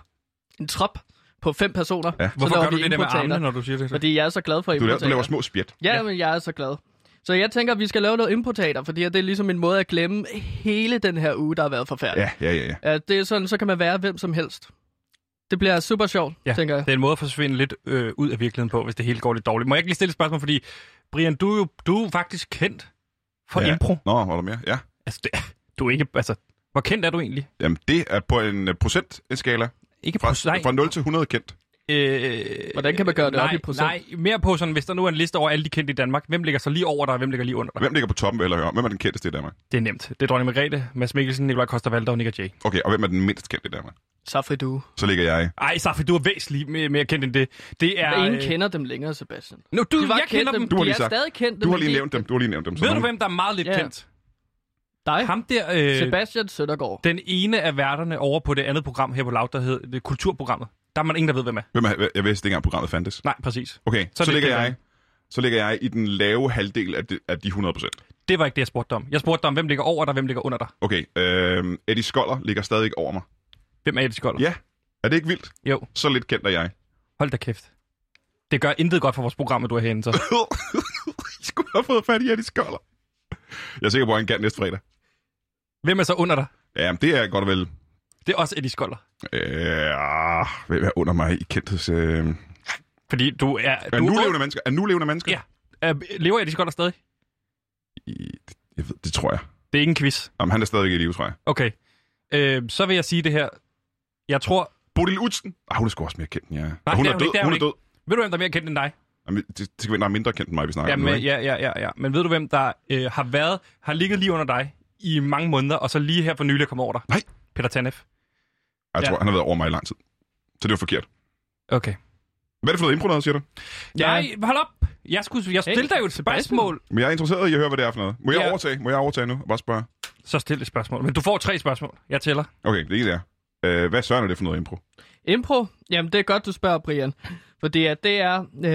B: En trop på fem personer.
C: Ja.
B: Så
A: Hvorfor
B: laver
A: gør du
B: vi
A: det der med
B: improteater,
A: armene, når du siger det?
B: Fordi jeg er så glad for
C: Du laver, du
B: improteater.
C: laver små spjæt.
B: Ja, men jeg er så glad. Så jeg tænker, at vi skal lave noget improteater, fordi at det er ligesom en måde at glemme hele den her uge, der har været forfærdelig.
C: Ja, ja, ja. ja.
B: Ja, det er sådan, så kan man være hvem som helst. Det bliver super sjovt,
A: Ja,
B: ja. tænker jeg.
A: det er en måde at forsvinde lidt øh, ud af virkeligheden på, hvis det hele går lidt dårligt. Må jeg ikke lige stille et spørgsmål, fordi Brian, du er jo du er jo faktisk kendt for
C: ja.
A: ja. impro.
C: Nå, var der mere? Ja.
A: Altså, det, du er ikke, altså, hvor kendt er du egentlig?
C: Jamen, det er på en øh, procentskala
A: Ikke
C: fra,
A: procent-
C: fra 0 til 100 kendt.
A: Øh,
B: Hvordan kan man gøre det
A: nej,
B: op i procent?
A: Nej, mere på sådan, hvis der nu er en liste over alle de kendte i Danmark, hvem ligger så lige over dig, og hvem ligger lige under dig?
C: Hvem ligger på toppen, eller højere? Hvem er den kendteste i Danmark?
A: Det er nemt. Det er dronning Margrethe, Mads Mikkelsen, Nikolaj Koster og Nick J.
C: Okay, og hvem er den mindst kendte i Danmark?
B: Safri, du.
C: Så ligger jeg.
A: Ej, Safi, du er væsentligt mere, mere kendt end det. Det er...
B: Ja, ingen
A: øh,
B: kender dem længere, Sebastian.
A: Nu, du,
B: De var
A: jeg kender
B: kendte,
A: dem.
C: Du har
B: De
C: lige
B: er
C: sagt-
B: stadig kendte,
C: Du har
B: men
C: lige
B: de-
C: nævnt dem. Du har lige nævnt dem. så
A: Ved du,
C: nogen-
A: hvem der er meget lidt
B: Ja.
A: kendt?
B: Dig,
A: Ham der, øh,
B: Sebastian Søndergaard.
A: den ene af værterne over på det andet program her på Loud, der hedder det er Kulturprogrammet. Der er man ingen, der ved, hvem er.
C: Hvem er, jeg vidste ikke engang, programmet fandtes.
A: Nej, præcis.
C: Okay, så, så
A: det
C: ligger
A: er det.
C: jeg. Så ligger jeg i den lave halvdel af de, af de 100 procent.
A: Det var ikke det, jeg spurgte dig om. Jeg spurgte dig om, hvem ligger over dig, hvem ligger under dig.
C: Okay, øh, Eddie Skoller ligger stadig over mig.
A: Hvem er Eddie Skoller?
C: Ja, er det ikke vildt?
A: Jo,
C: Så lidt kendt er jeg.
A: hold da kæft. Det gør intet godt for vores program, at du er herinde, så.
C: I skulle have fået fat i Eddie Skoller. Jeg er sikker på, at han kan næste fredag.
A: Hvem er så under dig?
C: Ja, men det er godt og vel
A: Det er også Eddie Skoller.
C: Øh, ah, hvad hvad er under mig i kendtheds... Øh,
A: Fordi du er...
C: er
A: du
C: nu levende mennesker? Er nu levende mennesker?
A: Ja. er, lever Eddie Skoller stadig?
C: I- Jeg ved, det tror jeg.
A: Det er ikke en quiz.
C: Jamen, han er stadigvæk i live, tror jeg.
A: Okay. Øh, så vil jeg sige det her. Jeg tror...
C: Bodil Utsen. Ah, hun er sgu også mere kendt end jeg.
A: Nej,
C: Og hun
A: det
C: er,
A: er hun
C: død.
A: ikke, det er
C: hun
A: hun
C: er død.
A: Ved du, hvem der er mere kendt end dig?
C: Jamen, det, det skal være, der er mindre kendt end mig, vi snakker om nu,
A: Jamen,
C: ikke?
A: ja, ja, ja, ja. Men ved du, hvem der øh, har været, har ligget lige under dig i mange måneder, og så lige her for nylig er kommet over dig?
C: Nej.
A: Peter Tanef.
C: Ej, Jeg tror,
A: ja.
C: han har været over mig i lang tid. Så det var forkert.
A: Okay.
C: Hvad er det for noget impro, noget, siger du?
A: Ja. Nej, hold op. Jeg, skulle, jeg
B: Hey,
A: stillede hey, dig jo et
B: Sebastian.
A: spørgsmål.
C: Men jeg er interesseret i at høre, hvad det er for noget. Må jeg
A: Ja.
C: overtage? Må jeg overtage nu? Bare spørge.
A: Så stil et spørgsmål. Men du får tre spørgsmål. Jeg tæller.
C: Okay, det er ikke det, jeg er. Øh, hvad søren er det for noget impro?
B: Impro? Jamen, det er godt, du spørger, Brian. Fordi at det er... Øhm,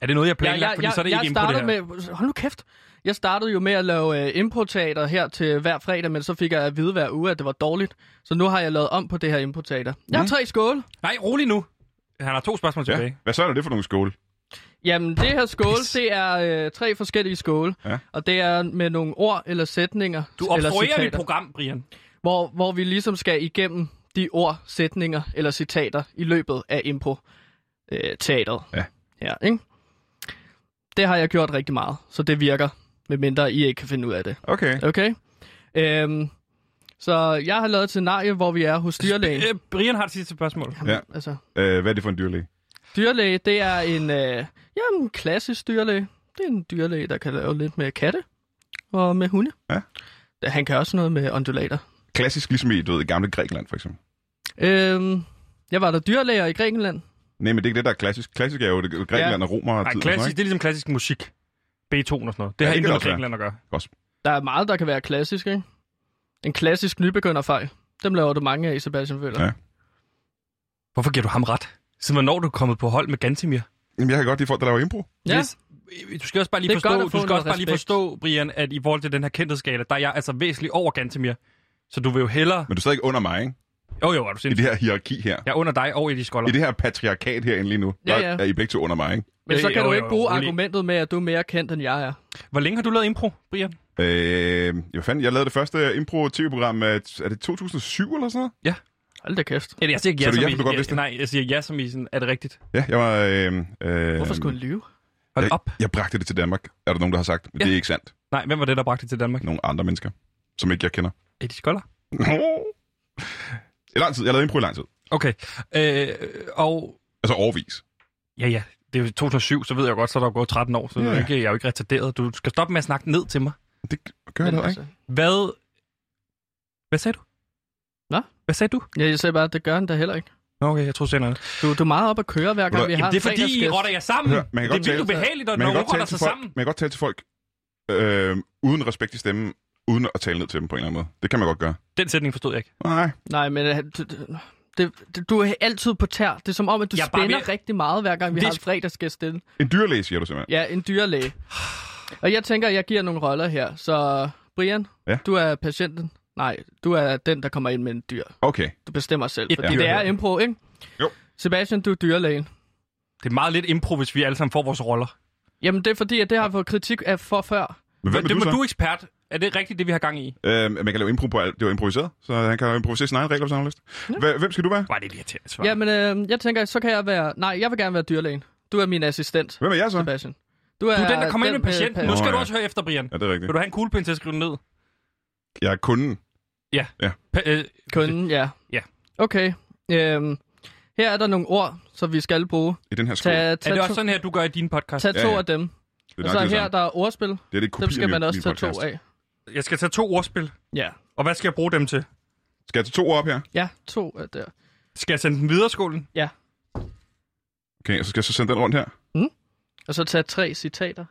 A: Er det noget, jeg planlagt?
B: jeg,
A: fordi så er det
B: jeg
A: ikke impro, det
B: startede
A: her.
B: med, Hold nu kæft. Jeg startede jo med at lave øh, improteater her til hver fredag, men så fik jeg at vide hver uge, at det var dårligt. Så nu har jeg lavet om på det her improteater. Jeg
C: Mm.
B: har tre skåle.
A: Nej, rolig nu. Han har to spørgsmål
C: Ja.
A: tilbage.
C: Hvad søren er det for nogle skåle?
B: Jamen, det her skåle, det er øh, tre forskellige skåle.
C: Ja.
B: Og det er med nogle ord eller sætninger.
A: Du
B: eller
A: obstruerer mit
B: citater,
A: program, Brian.
B: hvor, hvor vi ligesom skal igennem de ord, sætninger eller citater i løbet af impro øh, teateret.
C: Ja.
B: ja ikke? Det har jeg gjort rigtig meget, så det virker, medmindre I ikke kan finde ud af det.
C: Okay.
B: Okay. Øhm, så jeg har lavet et scenarie, hvor vi er hos dyrlægen.
A: Øh, Brian har det sidste spørgsmål.
C: Ja.
B: Altså,
C: Øh, hvad er det for en dyrlæge?
B: dyrlæge, det er en, øh, jamen, en klassisk dyrlæge. Det er en dyrlæge, der kan lave lidt med katte og med hunde.
C: Ja.
B: Han kan også noget med undulater.
C: Klassisk ligesom i, du ved, gamle Grækenland, for eksempel.
B: Øhm, jeg var der dyrlæger i Grækenland.
C: Nej, men det er ikke det, der er klassisk. Klassisk er jo det, Grækenland og romer og
A: Nej,
C: tid.
A: klassisk, det er ligesom klassisk musik. Beethoven og sådan noget. Det
C: Ja,
A: har
C: det
A: ikke
C: kan
A: noget
C: også
A: med
C: være.
A: Grækenland at gøre.
B: Der er meget, der kan være klassisk, ikke? En klassisk nybegynderfejl. Dem laver du mange af, Sebastian Føller.
C: Ja.
A: Hvorfor giver du ham ret? Siden hvornår er du kommet på hold med Gantimir?
C: Jamen, jeg kan godt lide folk, der laver impro.
B: Ja.
A: Yes. øh, Du skal også bare lige
B: Det er godt
A: forstå,
B: at få
A: du skal
B: noget
A: også bare lige
B: respekt.
A: forstå, Brian, at i forhold til den her kendthedsskala, der er jeg altså væsentligt over Gantimir. Så du vil jo hellere...
C: Men du er stadig under mig, ikke?
A: Jo, jo, er du
C: I
A: sindssyg.
C: det her hierarki her.
A: Jeg er under dig og Eddie Skoller.
C: I det her patriarkat herinde lige nu.
B: Ja,
C: Der
B: ja.
C: er I begge to under mig, ikke?
B: Men så
A: Øh,
B: kan
A: jo,
B: du
A: jo,
B: ikke
A: jo,
B: bruge
A: rolig.
B: argumentet med, at du er mere kendt, end jeg er.
A: Hvor længe har du lavet impro, Brian?
C: Øh, jeg, fandt, jeg lavede det første impro-tv-program, øh, er det 2007 eller sådan noget?
B: Hold da kæft.
A: Eller jeg siger ikke ja,
C: Så det er
A: som
C: ja, for du
A: i,
C: godt
A: ja,
C: vidste.
A: nej, jeg siger ja, som i sådan, er det rigtigt?
C: Ja, jeg var... Øh, øh,
B: Hvorfor skulle han lyve?
A: Hold
C: jeg,
A: op.
C: Jeg bragte det til Danmark, er der nogen, der har sagt. Men
A: Ja.
C: ja. det er ikke sandt.
A: Nej, hvem var det, der bragte det til Danmark?
C: Nogle andre mennesker, som ikke jeg kender.
A: Eddie Skoller.
C: I lang tid. Jeg lavede impro i lang tid.
A: Okay. Øh, og
C: Altså overvis.
A: ja, ja, det er jo 2007, så ved jeg jo godt, så er der jo gået 13 år, så
C: Ja.
A: yeah. ikke, jeg er jo ikke retarderet. Du skal stoppe med at snakke ned til mig.
C: Det gør jeg
B: Men
C: da ikke.
B: altså,
A: Hvad... Hvad sagde du?
B: Hvad?
A: Hvad sagde du?
B: Ja, jeg sagde bare, at det gør han da heller ikke.
A: Nå, okay, jeg tror senere.
B: Du, du er meget op at køre, hver gang
C: Ved du-
B: vi har
A: Jamen, det er
B: en
A: fordi, I
B: fredagsgæst.
A: rotter jer sammen.
C: Hør,
A: det
C: man kan
A: er vildt
C: godt tale-
A: ubehageligt, når
C: Man kan,
A: man
C: godt
A: rotter
C: tale
A: sig
C: til folk,
A: sammen.
C: man kan godt tale til folk øh, uden respekt i stemmen, uden at tale ned til dem på en eller anden måde. Det kan man godt gøre.
A: Den sætning forstod jeg ikke.
C: Nej,
B: Nej, men øh, du, du- det, det, du er altid på tær. Det er som om, at du
A: Jeg
B: jeg
A: er bare
B: spænder
A: ved-
B: rigtig meget, hver gang vi
A: Det-
B: har en fredagsgæst til.
C: en dyrlæge siger du simpelthen.
B: Ja, en dyrlæge. Og jeg tænker, at jeg giver nogle roller her. Så Brian,
C: Ja.
B: du er patienten. Nej, du er den, der kommer ind med en dyr.
C: Okay.
B: Du bestemmer selv,
A: Et
B: fordi
A: dyr.
B: det er impro, ikke?
C: Jo.
B: Sebastian, du er dyrlægen.
A: Det er meget lidt impro, hvis vi alle sammen får vores roller.
B: Jamen, det er fordi, at det har jeg fået kritik af for før.
C: Men hvem er
A: det
C: du
A: må
C: så?
A: du er ekspert. Er det rigtigt, det vi har gang i?
C: Øh, man kan lave impro på alt. Det var improviseret, så han kan improvisere sin egen regler, hvis han har lyst. Hva- Hvem skal du være?
A: Var det lige til at svare?
B: Jamen, øh, jeg tænker, så kan jeg være... Nej, jeg vil gerne være dyrlægen. Du er min assistent,
C: Hvem er jeg så?
B: Sebastian.
A: Du er den, der kommer ind med patienten.
B: pa-
A: Nu skal
C: Nå,
A: du
C: ja.
A: også høre efter, Brian.
C: Ja, det er rigtigt.
A: Vil du have en kuglepind til at skrive den ned?
C: Jeg er kunden.
A: Pa- øh,
B: Kunden, ja.
A: Ja.
B: Okay. Øhm, her er der nogle ord, som vi skal bruge.
C: I den her skole.
B: Tag,
A: er
B: tag,
A: det
B: to,
A: også sådan her, du gør i din podcast?
B: tag to
C: Ja, ja.
B: af dem.
C: Det
B: Og
C: er
B: så
C: nok det
B: her,
C: samme.
B: der er ordspil.
C: Det er lidt kopi
B: Dem skal
C: af
B: man
C: min-
B: også
C: min
B: tage to
C: podcast.
B: af.
A: Jeg skal tage to ordspil.
B: Ja.
A: Og hvad skal jeg bruge dem til?
C: Skal jeg tage to op her?
B: Ja, to af der.
A: Skal jeg sende den videre, skolen?
C: Okay, og så skal jeg så sende den rundt her.
B: Og så tage tre citater.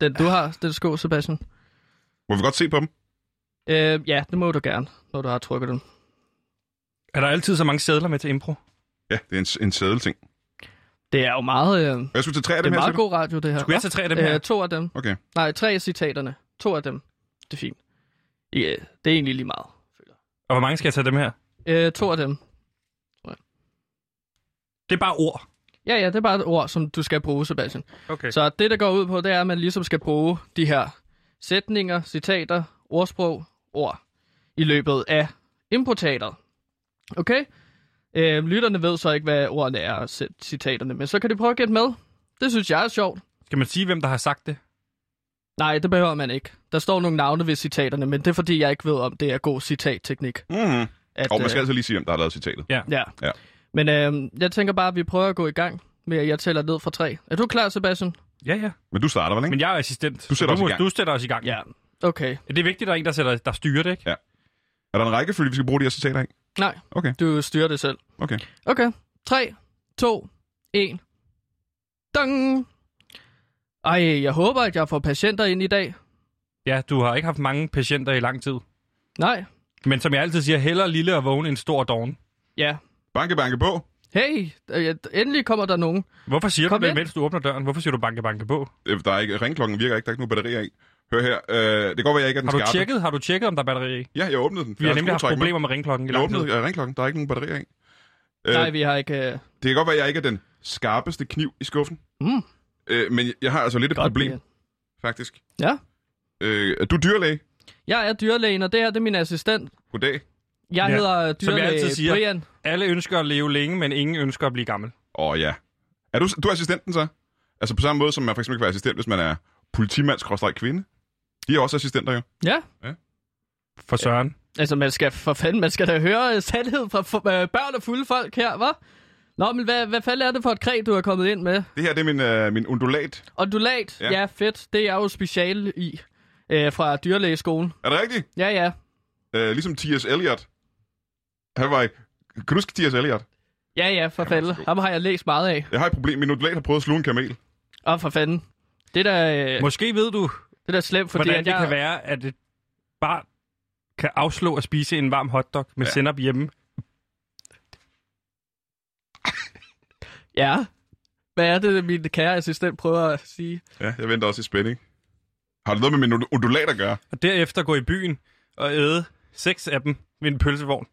B: Den du har, den sko, Sebastian.
C: Må vi godt se på dem?
B: Øh, ja, det må du gerne, når du har trykket den.
A: Er der altid så mange sædler med til impro?
C: Ja, det er en, en sædelting.
B: Det er jo meget... Øh, det
C: Jeg skulle tage tre af
B: er
C: dem her,
B: meget
C: siger du?
B: god radio, det her.
A: Skulle jeg tage tre af dem her?
B: Øh, to af dem.
C: Okay.
B: Nej, tre af citaterne. To af dem. Det er fint. Ja, det er egentlig lige meget. føler
A: Og hvor mange skal jeg tage dem her?
B: jeg. Øh, to af dem.
A: Det er bare ord.
B: Ja, ja, det er bare et ord, som du skal bruge, Sebastian.
A: Okay. Så,
B: Så det, der går ud på, det er, at man ligesom skal bruge de her sætninger, citater, ordsprog, ord i løbet af improteateret. Okay? Øh, lytterne ved så ikke, hvad ordene er og cit- citaterne, men så kan de prøve at gætte med. Det synes jeg er sjovt.
A: Skal man sige, hvem der har sagt det?
B: Nej, det behøver man ikke. Der står nogle navne ved citaterne, men det er fordi, jeg ikke ved, om det er god citatteknik.
C: Mm-hmm.
B: At,
C: Og man skal
B: øh,
C: altså lige sige, hvem der har lavet citatet.
B: ja.
C: Ja.
B: ja. Men øh, jeg tænker bare, at vi prøver at gå i gang med, at jeg tæller ned fra tre. Er du klar, Sebastian?
A: Ja, ja.
C: Men du starter, vel, ikke?
A: Men jeg er assistent.
C: Du sætter
A: så
C: os
A: du,
C: i gang.
A: Du sætter os i gang.
B: Ja. Okay.
A: Det er vigtigt, at der er en, der, sætter, der styrer det, ikke?
C: Ja. Er der en rækkefølge, vi skal bruge de her citater af?
B: Nej,
C: Okay.
B: du styrer det selv.
C: Okay.
B: Okay. 3, 2, 1. Dang! Ej, jeg håber, at jeg får patienter ind i dag.
A: Ja, du har ikke haft mange patienter i lang tid.
B: Nej.
A: Men som jeg altid siger, hellere lille og vågen end stor og doven.
B: Ja.
C: Banke, banke på.
B: Hey, øh, endelig kommer der nogen.
A: Hvorfor siger
B: Kom
A: du det,
B: ind.
A: mens du åbner døren? Hvorfor siger du banke, banke på?
C: Øh, Der er ikke, ringklokken virker ikke, der er ikke nogen batterier i. Hør her, øh, det går, godt være, jeg ikke er den
A: Har du,
C: skarpe.
A: tjekket, har du tjekket, om der er batteri i?
C: Ja, jeg åbnede den.
A: Vi
C: Jeg
A: har nemlig haft
C: skruetrækker med.
A: problemer med ringklokken i
C: Jeg
A: lang tid.
C: åbnede øh, ringklokken, der er ikke nogen batterier i.
B: Øh.
C: Øh,
B: Nej, vi har ikke... Øh,
C: Det kan godt være, at jeg ikke er den skarpeste kniv i skuffen.
B: Mm.
C: Øh, men jeg har altså lidt et
B: godt
C: problem,
B: Brian.
C: faktisk.
B: Ja.
C: Øh, er du dyrlæge?
B: Jeg er dyrlægen, og det her det er min assistent.
C: Goddag.
B: Jeg
A: Ja,
B: ja. hedder
A: som jeg
B: dyrlæge
A: altid siger.
B: Brian.
A: Alle ønsker at leve længe, men ingen ønsker at blive gammel.
C: Åh oh, ja. Er du, du er assistenten så? Altså på samme måde, som man for eksempel kan være assistent, hvis man er politimand-kvinde. De er også assistenter jo.
B: Ja.
A: For Søren.
B: Altså, man skal for fanden, man skal da høre øh, sandhed fra fu- øh, børn og fulde folk her, hva'? Nå, men hvad, hvad fanden er det for et kred, du er kommet ind med?
C: Det her det er min, øh, min undulat.
B: Ondulat,
C: Ja.
B: ja. ja, fedt. Det er jeg jo special i øh, fra dyrlægeskolen.
C: Er det rigtigt?
B: Ja, ja.
C: Øh, ligesom T.S. Eliot. Han var i... Kan du huske T.S. Eliot?
B: Ja, ja, for fanden.
C: værsgo.
B: Ham har jeg læst meget af.
C: Jeg har et problem. Min undulat har prøvet at sluge en kamel.
B: Og for fanden. Det er da, øh,
A: Måske ved du,
B: det er da slemt, fordi
A: hvordan
B: at
A: det
B: jeg...
A: kan være, at et barn kan afslå at spise en varm hotdog med
C: Ja.
A: ja. sennep hjemme.
B: Ja. Hvad er det, min kære assistent prøver at sige?
C: Ja, jeg venter også i spænding. Har det noget med min und- undulat at gøre?
A: Og derefter gå i byen og æde seks af dem ved en pølsevogn.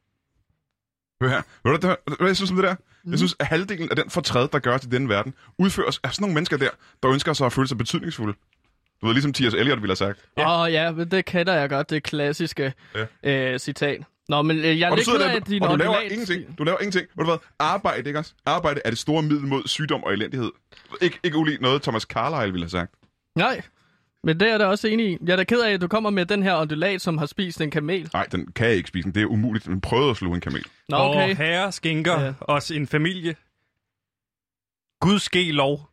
C: Hør her. Ved du, hvad- hvad jeg synes om det der?
B: Mhm.
C: Jeg synes, at halvdelen af den fortræd, der gøres i denne verden, udføres af sådan nogle mennesker der, der ønsker sig at føle sig betydningsfulde. Du ved, ligesom T.S. Eliot ville have sagt.
B: Åh ja. Oh, ja, men det kender jeg godt, det klassiske
C: Ja.
B: ja. øh, citat. Nå, men øh, jeg er
C: og du
B: lidt
C: sidder
B: ked af,
C: der,
B: at din
C: og du laver
B: ondulat-
C: ingenting. Du laver ingenting. Ved du hvad? Arbejde, ikke også? Arbejde er det store middel mod sygdom og elendighed. Ik- ikke ulig noget, Thomas Carlyle ville have sagt.
B: Nej, men det er jeg da også enig i. Jeg er da ked af, at du kommer med den her ondulat, som har spist en kamel.
C: Nej, den kan jeg ikke spise. den. Det er umuligt. Den prøvede at sluge en kamel.
B: Nå, okay.
A: Og herre skinker ja.
B: Ja.
A: os en familie. Gud ske lov.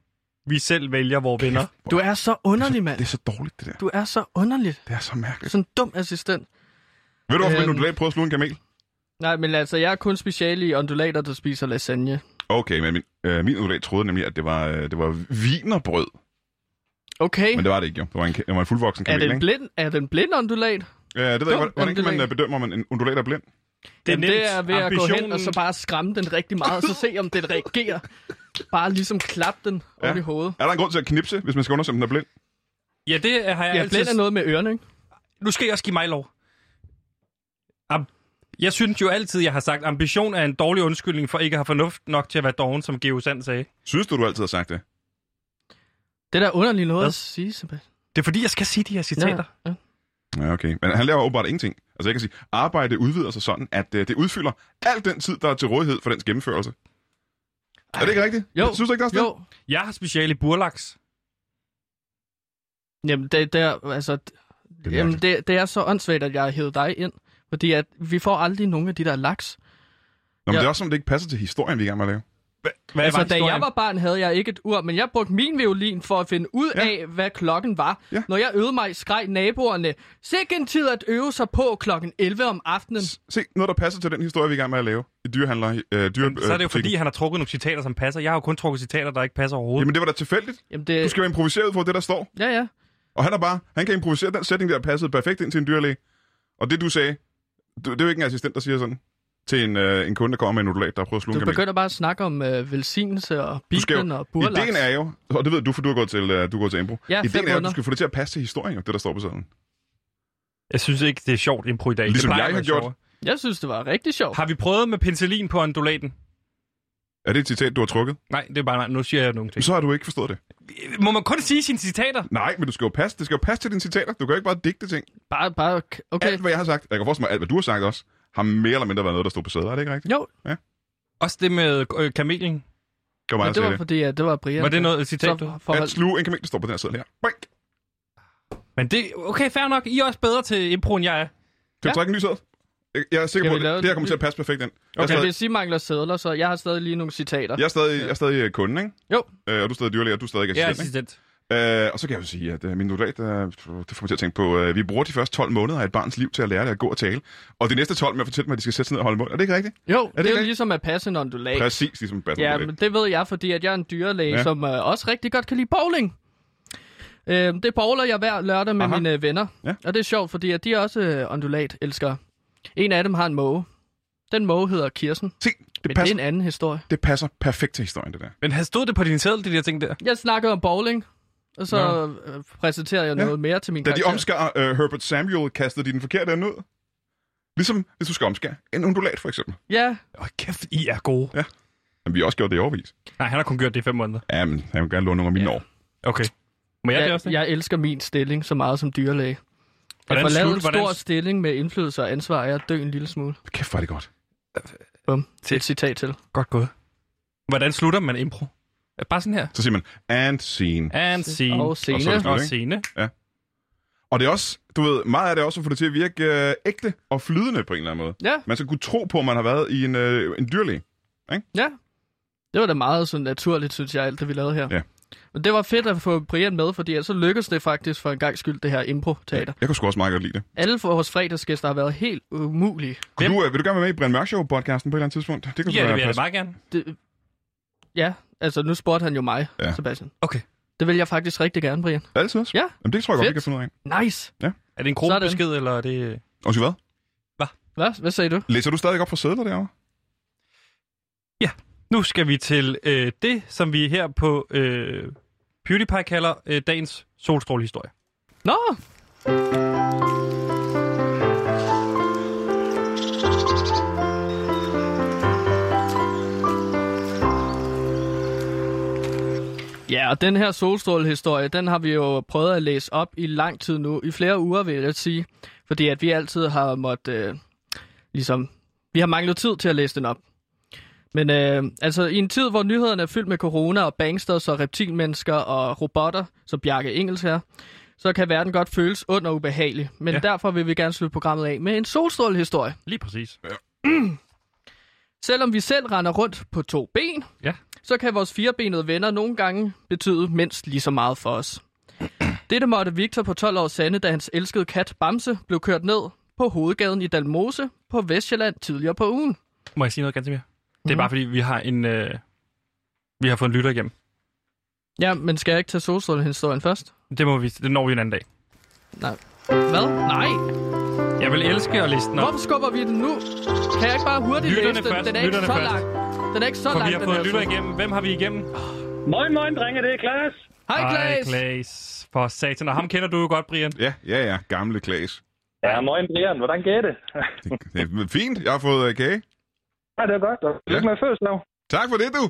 A: Vi selv vælger vores venner.
B: Du er så underlig, mand.
C: Det er så dårligt, det der.
B: Du er så underlig.
C: Det er så mærkeligt.
B: Sådan en dum assistent.
C: Ved du, hvorfor min
B: Øhm.
C: undulat prøvede at sluge en kamel?
B: Nej, men altså, jeg er kun special i ondulater, der spiser lasagne.
C: Okay, men min, øh, min undulat troede nemlig, at det var, øh, det var vinerbrød.
B: Okay.
C: Men det var det ikke, jo. Det var en, det var en fuldvoksen
B: Er
C: kamel,
B: den,
C: ikke?
B: blind, er den blind ondulat?
C: Ja, det ved jeg
B: Dum
C: godt. Hvordan kan man øh,
B: undulat.
C: bedømme, om man en undulat er blind?
A: Det er nemt.
B: det er ved at gå hen
A: Ambitionen-
B: og så bare skræmme den rigtig meget, og så se, om den reagerer. Bare ligesom klap den ja. oven i hovedet.
C: Er der en grund til at knipse, hvis man skal undersøge, om den er blind?
A: Ja, det har jeg,
B: Ja,
A: altid...
B: blind er noget med ørerne, ikke?
A: Nu skal jeg også give mig lov. Am... Jeg synes jo altid, jeg har sagt, ambition er en dårlig undskyldning for ikke at have fornuft nok til at være doven, som Geo Sand sagde.
C: Synes du, du altid har sagt det?
B: Det er da underligt noget
A: Hvad?
B: at sige, Sebastian.
A: Det er fordi, jeg skal sige de her citater.
B: Ja, ja.
C: Ja, okay. Men han laver åbenbart ingenting. Altså jeg kan sige, arbejde udvider sig sådan, at øh, det udfylder al den tid, der er til rådighed for dens gennemførelse. Er det ikke rigtigt?
B: Jo.
C: Synes du ikke, det er
B: Jo,
A: Jeg har speciale i burlaks.
B: jamen det, det er, altså, det, jamen, det, det er så åndssvagt, at jeg har hævet dig ind. Fordi at vi får aldrig nogen af de der laks.
C: Nå, men
B: Ja.
C: det er også som, det ikke passer til historien, vi er i gang med at lave.
A: Hva- Hvad
B: Altså,
A: var
B: da
A: historien?
B: jeg var barn, havde jeg ikke et ur, men jeg brugte min violin for at finde ud
C: Ja.
B: ja. af, hvad klokken var.
C: Ja.
B: Ja. Når jeg øvede mig, skreg naboerne, sikke en tid at øve sig på klokken 11 om aftenen.
C: Se, noget, der passer til den historie, vi er i gang med at lave. I dyrehandler, øh, dyre,
A: Så er det jo
C: øh, butikken.
A: fordi, han har trukket nogle citater, som passer. Jeg har jo kun trukket citater, der ikke passer overhovedet.
C: Jamen, det var da tilfældigt.
B: Jamen
C: Du
B: det...
C: skal jo improvisere ud fra det, der står.
B: Ja, ja.
C: Og han er bare, han kan improvisere den sætning, der passede perfekt ind til en dyrlæge. Og det, du sagde, du, det er jo ikke en assistent, der siger sådan til en, øh, en kunde, der kommer med en undulat, der prøver at sluge en
B: Du
C: kamel.
B: begynder bare at snakke om øh, velsignelse og
C: Du skal
B: Bibelen
C: jo-
B: og burlaks.
C: Ideen er jo, og det ved du, for du har gået til, øh, du går til Impro.
B: Ja, fem
C: Ideen er, jo, at du
B: runder.
C: skal få det til at passe til historien, jo, det der står på sædlen.
A: Jeg synes ikke, det er sjovt impro i dag. Det
C: Ligesom
A: plejer
C: jeg
A: at
C: har
A: være
C: gjort.
A: sjovere.
B: Jeg synes, det var rigtig sjovt.
A: Har vi prøvet med penicillin på ondulaten?
C: Er det et citat, du har trukket?
A: Nej, det er bare nej. Nu siger jeg nogle ting.
C: Så har du ikke forstået det.
A: Må man kun sige sine citater?
C: Nej, men du skal jo passe, det skal jo passe til dine citater. Du kan jo ikke bare digte ting.
B: Bare, bare, okay.
C: Alt, hvad jeg har sagt, jeg kan forestille mig alt, hvad du har sagt også, har mere eller mindre været noget, der stod på sæder, er det ikke rigtigt?
B: Jo,
A: Også det med øh, kamelen.
C: Det var
B: men
C: mig, der
B: det
C: sagde
B: var
C: det.
B: fordi, at det var Brian.
A: Var det
B: der-
A: noget citat?
B: så
A: du-
B: forhold-
C: At sluge en kamel, der står på den her sæde her. Boink!
A: Men det, okay, fair nok. I er også bedre til impro, end jeg er.
C: Kan
B: Ja.
C: du trække en ny sæde? Jeg- Jeg er sikker
B: Skal
C: på,
B: vi
C: at
B: lave
C: det her
B: den?
C: kommer til at passe perfekt ind. Jeg er
B: Okay,
C: stadig-
B: hvis I mangler sædler, så jeg har stadig lige nogle citater.
C: Jeg er stadig, jeg er stadig kunde, ikke?
B: Jo.
C: Øh, og du er stadig dyrlæge, og du er stadig
A: Jeg er
C: assistent, ikke?
A: assistent.
C: Øh, og så kan jeg jo sige, at øh, min notat, øh, det får mig til at tænke på, øh, vi bruger de første 12 måneder af et barns liv til at lære det at gå og tale. Og de næste 12 med at fortælle mig, at de skal sætte sig ned og holde mund. Er det ikke rigtigt?
B: Jo, det,
C: det
B: det er jo
C: rigtigt?
B: ligesom at passe en ondulat.
C: Præcis, ligesom Battle
B: Ja,
C: Royale.
B: men det ved jeg, fordi at jeg er en dyrlæge, ja.
C: Ja.
B: som øh, også rigtig godt kan lide bowling. Øh, det bowler jeg hver lørdag med Aha.
C: Aha.
B: mine øh, venner.
C: Ja.
B: Og det er sjovt, fordi at de er også øh, ondulat-elskere. En af dem har en måge. Den måge hedder Kirsten,
C: Se,
B: men
C: det
B: det er
C: passer,
B: en anden historie.
C: det passer perfekt til historien, det der.
A: Men har stod det på din sædel, de der ting der?
B: Jeg snakkede om bowling, og så øh, præsenterer jeg
C: Ja.
B: noget mere til min
C: Da de
B: karakter.
C: omskar øh, Herbert Samuel, kastede de den forkerte ende ud. Ligesom hvis du skal omskære en undulat, for eksempel.
B: Ja,
A: Åh, kæft, I er gode.
C: Men vi har også gjort det i overvis.
A: Nej, han har kun gjort det i fem måneder.
C: Ja, men han vil gerne låne nogle af mine
B: Ja.
C: år.
A: Okay. Må jeg det
B: jeg,
A: også? det?
B: jeg elsker min stilling så meget som dyrlæge. At
A: Hvordan
B: få lavet en
A: slut- hvordan-
B: stor stilling med indflydelse og ansvar er at dø en lille smule.
C: Kæft, hvor er det godt.
B: Bum. Til et citat til.
A: Godt gået. Hvordan slutter man impro? Øh, Bare sådan her.
C: Så siger man, and scene.
A: And scene.
B: Og
C: Og så er
B: scene.
C: det
A: Og
C: slut, ikke?
A: scene.
C: Og det er også, du ved, meget af det er også at få det til at virke øh, ægte og flydende på en eller anden måde.
B: Ja,
C: Man skal kunne tro på, at man har været i en, øh, en dyrlæge.
B: ja. Det var da meget sådan naturligt, synes jeg, alt det vi lavede her.
C: Ja.
B: Men det var fedt at få Brian med, fordi ellers så lykkedes det faktisk for en gang skyld, det her impro-teater.
C: Jeg kunne sgu også meget godt lide det.
B: Alle for vores fredagsgæster har været helt umulige.
C: Kunne
A: Hvem-
C: du, øh, vil du gerne være med i Brian Mørk Show-podcasten på et eller andet tidspunkt? Det kunne
A: Ja, det
C: være
A: vil jeg da
C: pas-
A: meget gerne.
B: Det... Ja, altså nu spurgte han jo mig, ja.
C: Ja.
B: Sebastian.
A: Okay.
B: Det vil jeg faktisk rigtig gerne, Brian.
C: Altid også?
B: Ja.
C: Jamen, det tror jeg godt,
B: Fedt.
C: vi kan finde ud af.
B: Nice.
A: Er det en
B: Sådan.
A: gruppebesked, eller er det...
C: Og så hvad?
B: Hvad, Hvad sagde du?
C: Læser du stadig op fra sædler derovre?
A: Nu skal vi til øh, det, som vi her på øh, PewDiePie kalder øh, dagens solstrålehistorie.
B: Nå, Ja, og den her solstrålehistorie, den har vi jo prøvet at læse op i lang tid nu, i flere uger vil jeg sige, fordi at vi altid har måttet, øh, ligesom, vi har manglet tid til at læse den op. Men øh, altså, i en tid, hvor nyhederne er fyldt med corona og bangsters og reptilmennesker og robotter, som Bjarke Engels her, så kan verden godt føles ond og ubehagelig. Men ja.
A: Ja.
B: derfor vil vi gerne slutte programmet af med en solstrålehistorie.
A: Lige præcis.
B: Selvom vi selv render rundt på to ben,
A: Ja.
B: så kan vores firebenede venner nogle gange betyde mindst lige så meget for os. Dette måtte Victor på 12 år sande, da hans elskede kat Bamse blev kørt ned på hovedgaden i Dalmose på Vestjylland tidligere på ugen.
A: Må jeg sige noget ganske mere? Det
B: Mhm.
A: er bare fordi, vi har en... Øh, vi har fået en lytter igennem.
B: Ja, men skal jeg ikke tage solstrålehistorien først?
A: Det, må vi, det når vi en anden dag.
B: Nej. Hvad? Nej.
A: Jeg vil elske at læse den op.
B: Hvorfor skubber vi den nu? Kan jeg ikke bare hurtigt
A: Lytterne
B: læse den?
A: først,
B: den er ikke
A: lytterne
B: så
A: først.
B: lang. Den er ikke så
A: For
B: lang,
A: vi har
B: den
A: fået
B: her
A: lytter
B: sol-
A: igennem. Hvem har vi igennem?
F: Moin, moin, drenge, det er Klaas.
B: Hej,
A: Ej,
B: Klaas.
A: Klaas. For satan. Og ham kender du jo godt, Brian.
C: Ja, ja, ja. Gamle Klaas.
F: Ja, moin, Brian. Hvordan går det?
C: Det, det er fint. Jeg har fået øh, kage.
F: Ja, det er godt. Og Lykke
C: Ja.
F: med fødselsdag.
C: Tak for det, du.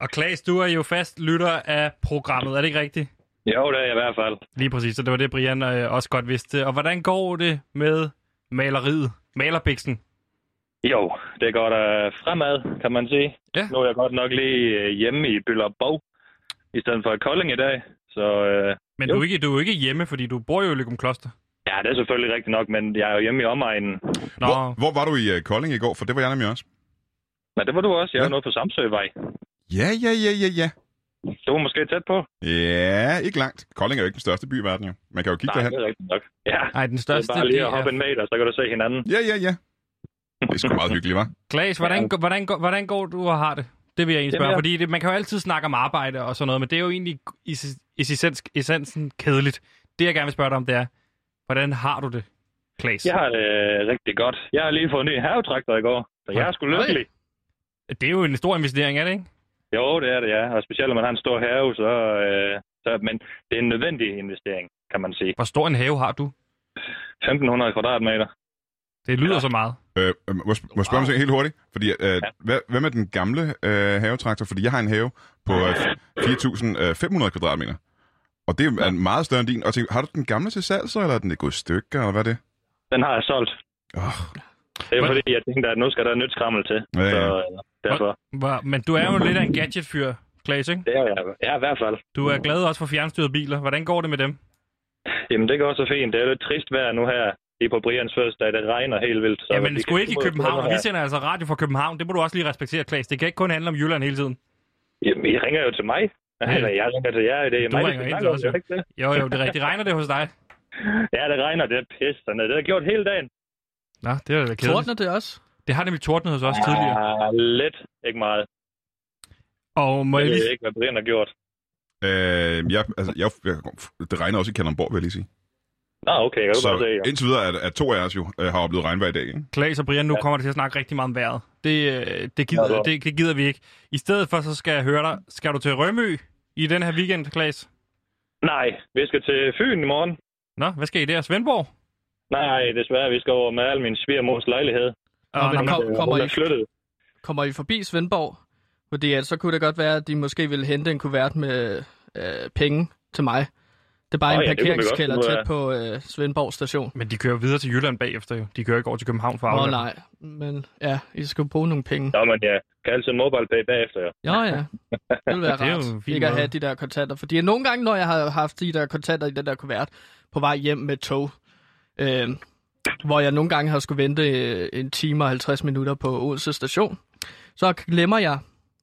A: Og Klaas, du er jo fast lytter af programmet. Er det ikke rigtigt?
F: Jo, det er jeg i hvert fald.
A: Lige præcis. Så det var det, Brian øh, også godt vidste. Og hvordan går det med maleriet? Malerbiksen.
F: Jo, det går da fremad, kan man sige.
A: Ja.
F: Nu er jeg godt nok lige øh, hjemme i Bøllerbog, i stedet for i Kolding i dag. Så øh,
A: Men
F: Jo.
A: du er, ikke, du er jo ikke hjemme, fordi du bor jo i Lykum Kloster.
F: ja, det er selvfølgelig rigtigt nok, men jeg er jo hjemme i omegnen.
A: Nå,
C: Hvor, hvor var du i øh, Kolding i går? For det var jeg nemlig også.
F: Men det var du også. Jeg er
C: Ja.
F: ja. noget på Samsøvej.
C: Ja, ja, ja, ja, ja.
F: Du var måske tæt på?
C: Ja, ikke langt. Kolding er jo ikke den største by i verden, jo. Man kan jo kigge
F: Nej,
C: derhen.
F: det er rigtigt nok. Ja,
A: nej, den
F: det
A: største,
F: er bare lige at
A: det
F: hoppe en
A: er...
F: meter, så kan du se hinanden.
C: Ja, ja, ja. Det er sgu meget hyggeligt, hva'?
A: Klaas, hvordan, ja. hvordan, går- hvordan går du og har det? Det vil jeg egentlig
F: Jamen,
A: spørge,
F: jeg-
A: fordi det, man kan jo altid snakke om arbejde og sådan noget, men det er jo egentlig i, i essens, essensen kedeligt. Det, jeg gerne vil spørge dig om, det er, hvordan har du det, Klaas?
F: Jeg har det øh, rigtig godt. Jeg har lige fået en ny havetraktor i går, så jeg er sgu lykkelig.
A: Det er jo en stor investering, er det ikke?
F: Jo, det er det, ja. Og specielt når man har en stor have, så, øh, så men det er en nødvendig investering, kan man sige.
A: Hvor stor en have har du?
F: 1500 kvadratmeter.
A: Det lyder ja.
F: Ja.
A: så meget.
C: Øh, øh, må, jeg sp- må jeg spørge om wow. helt hurtigt? Fordi, øh, ja. hvad, hvad med den gamle øh, havetraktor? Fordi jeg har en have på øh, 4.500 kvadratmeter. Og det er en meget større end din. Og jeg tænker, har du den gamle til salg så, eller er den gået i stykker, eller hvad er det?
F: Den har jeg solgt.
C: Oh,
F: Det er jo
A: Hvad-
F: fordi, jeg tænkte, at nu skal der nyt skrammel til.
C: Ja, ja.
F: Så øh, derfor,
A: Hva- Men du er jo lidt af en gadgetfyr, Klaas, ikke?
F: det er jeg ja, i hvert fald.
A: Du er glad også for fjernstyrede biler. Hvordan går det med dem?
F: Jamen, det går så fint. Det er lidt trist vejr nu her. Det er på Brians fødselsdag, det regner helt vildt. Så
A: Jamen,
F: vi
A: sgu
F: kan-
A: ikke i København. Vi sender altså radio fra København. Det må du også lige respektere, Klaas. Det kan ikke kun handle om Jylland hele tiden.
F: Jamen, I ringer jo til mig.
A: Ja.
F: Eller jeg ringer til jer. Det er
A: Du
F: mig, der
A: ringer ind
F: skal snakke
A: til
F: om
A: os,
F: det,
A: jo.
F: er ikke det?
A: Jo, jo, det er rigtigt. Regner det hos dig?
F: Ja, det regner. Det er pisse dernede. Det har gjort hele dagen.
A: Nå, det er da kedeligt.
B: Tordner det også?
A: Det har nemlig tordnet hos os tidligere.
F: Ah, lidt. Ikke meget.
A: Og må
F: Jeg
A: jeg lige...
F: ved Øh, ikke, hvad Brian har gjort.
C: øh, jeg, altså, jeg, jeg, det regner også i Kalundborg, vil jeg lige sige.
F: Nå, okay. Jeg kan godt se.
C: Så
F: jo.
C: indtil videre er, er to af os jo øh, har oplevet regnvejr i dag. Ikke?
A: Klaas og Brian, nu kommer det til at snakke rigtig meget om vejret. Det, øh, det,
F: Ja,
A: gider,
F: det-
A: det, det gider vi ikke. I stedet for, så skal jeg høre dig. Skal du til Rømø i den her weekend, Klaas?
F: Nej, vi skal til Fyn i morgen.
A: Nå, hvad skal I der? Svendborg?
F: Nej, desværre. Vi skal over med al min svigermors lejlighed.
B: Nå,
A: Ah,
B: men
A: nå,
B: kom-
A: nå.
B: kommer
F: Hun
B: I-
F: er flyttet.
B: Kommer I forbi Svendborg? Fordi at så kunne det godt være, at de måske ville hente en kuvert med øh, penge til mig. Det er bare
F: Nå
B: oh, en
F: ja, det kunne vi godt
B: parkeringskælder
F: kunne,
B: tæt
F: øh,
B: på øh, Svendborg station.
A: Men de kører videre til Jylland bagefter jo. De kører ikke over til København for
B: Åh oh,
A: aflevering.
B: nej, men ja, I skal bruge nogle penge.
F: Nå, men ja. Kan altid mobile pay bagefter, jo.
B: Jo ja, det ville være
A: Det er jo en
B: rart
A: fin
B: ikke at
A: måde.
B: have de der kontanter. Fordi nogle gange, når jeg har haft de der kontanter i den der kuvert på vej hjem med tog, øh, hvor jeg nogle gange har skulle vente øh, en time og 50 minutter på Odense station, så glemmer jeg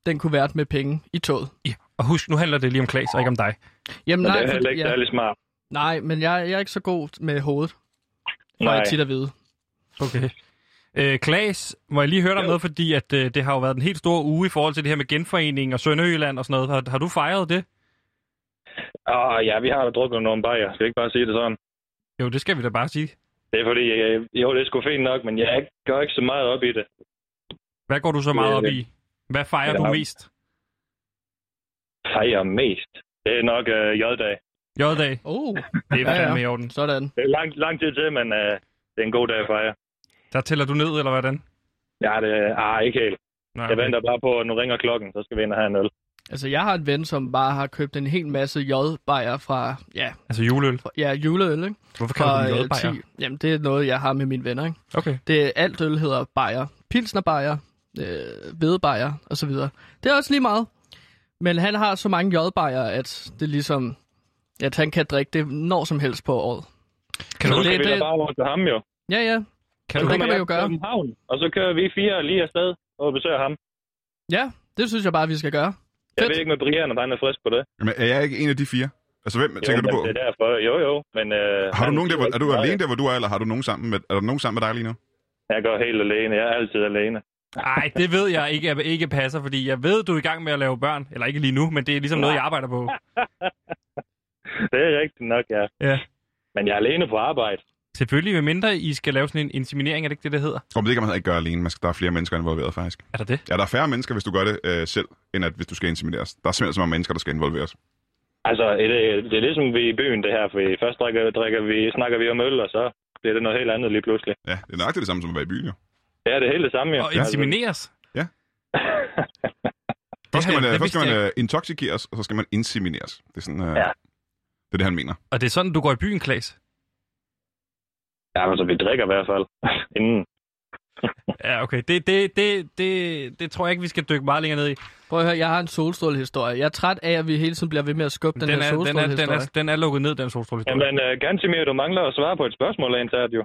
B: den kuvert med penge i toget.
A: Ja. Og husk, nu handler det lige om Klaas og ikke om dig.
B: Jamen
F: Men
B: nej,
F: det er heller
B: fordi,
F: ikke
B: ja,
F: særlig smart.
B: nej, men jeg, jeg er ikke så god med hovedet, får
F: Nej.
B: jeg tit at vide.
A: Okay. Øh, Klaas, må jeg lige høre dig med, fordi at, øh, det har jo været en helt stor uge i forhold til det her med genforening og Sønderjylland og sådan noget. Har, har du fejret det?
F: Åh, Ah, ja, vi har da drukket nogle bajer. Skal vi ikke bare sige det sådan?
A: Jo, det skal vi da bare sige.
F: Det er fordi, øh, jo, det er sgu fint nok, men jeg er ikke- går ikke så meget op i det.
A: Hvad går du så meget
F: Øh,
A: op i? Hvad fejrer
F: jeg
A: du
F: har-
A: mest?
F: Fejrer mest. Det er nok øh, J-dag.
A: J-dag.
B: Oh,
A: Det er
B: Ja, ja.
A: fandme i orden.
B: sådan.
F: Det er lang, lang tid til, men øh, det er en god dag at fejre.
A: Der tæller du ned, eller hvordan?
F: Ja, det er ah, ikke helt.
A: Nå,
F: Jeg venter bare på, at nu ringer klokken, så skal vi ind og have en øl.
B: Altså, jeg har en ven, som bare har købt en hel masse j-bajer fra, ja,
A: Altså juleøl.
B: fra, ja, juleøl, ikke?
A: Hvorfor kalder
B: Fra,
A: du
B: øh,
A: det J-bajer?
B: 10. Jamen, det er noget, jeg har med mine venner, ikke?
A: Okay.
B: Det er alt øl hedder bajer. Pilsnerbajer, øh, hvedebajer og så videre. Det er også lige meget. Men han har så mange jodbajer, at det er ligesom at han kan drikke det når som helst på året.
A: Kan
F: Nu
A: du,
B: det-
F: skal vi da
B: det-
F: bare over til ham jo.
B: Ja, ja.
A: kan
B: Så
A: du,
B: det kan man jo
F: jeg til
B: gøre.
F: København, og så kører vi fire lige afsted og besøger ham.
B: Ja, det synes jeg bare, vi skal gøre.
F: Jeg
B: Fedt.
F: ved ikke med Brian, om han er frisk på det.
C: Men er jeg ikke en af de fire? Altså, hvem
F: jo,
C: tænker du
F: men
C: på?
F: Det er derfor. Jo, jo. Men, øh,
C: Har du
F: han
C: nogen der, hvor,
F: siger
C: er du
F: ikke
C: alene der, hvor du er, eller har du nogen sammen med, er der nogen sammen med dig lige nu?
F: meget. Jeg går helt alene. Jeg er altid alene.
A: Nej, det ved jeg ikke, jeg ikke passer, fordi jeg ved, du er i gang med at lave børn. Eller ikke lige nu, men det er ligesom noget, jeg arbejder på.
F: Det er rigtigt nok, ja.
A: Ja.
F: Men jeg er alene på arbejde.
A: Selvfølgelig, med mindre I skal lave sådan en inseminering, er det ikke det, det hedder?
C: Om det kan man ikke gøre alene. Man skal, der er flere mennesker involveret, faktisk.
A: Er der det?
C: Ja, der er færre mennesker, hvis du gør det øh, selv, end at, hvis du skal insemineres. Der er simpelthen så mange mennesker, der skal involveres.
F: Altså, det, det er ligesom vi er i byen, det her. For først drikker, drikker vi, snakker vi om øl, og så bliver det noget helt andet lige pludselig.
C: Ja, det er nøjagtigt det samme som at være i byen, jo.
F: Det er det hele det samme, jo.
A: Og insemineres?
C: Først skal
A: har
C: man,
A: jeg-
C: øh,
A: det
C: først
A: vidste
C: skal man
A: jeg
C: øh, intoxikeres, og så skal man insemineres. Det er sådan, øh,
F: Ja.
C: det, er det, han mener.
A: Og det er sådan, du går i byen, Klaas?
F: Altså, Ja, men så vi drikker i hvert fald. Inden.
A: Ja, okay. Det, det, det, det, det tror jeg ikke, vi skal dykke meget længere ned i.
B: Prøv at høre, jeg har en solstrålehistorie. Jeg er træt af, at vi hele tiden bliver ved med at skubbe den,
A: Den, den,
B: her
A: er, den, er,
B: solstrålehistorie.
A: den, er, den er lukket ned, den solstråle.
F: Jamen, uh, ganske mere, du mangler at svare på et spørgsmål, internt jo.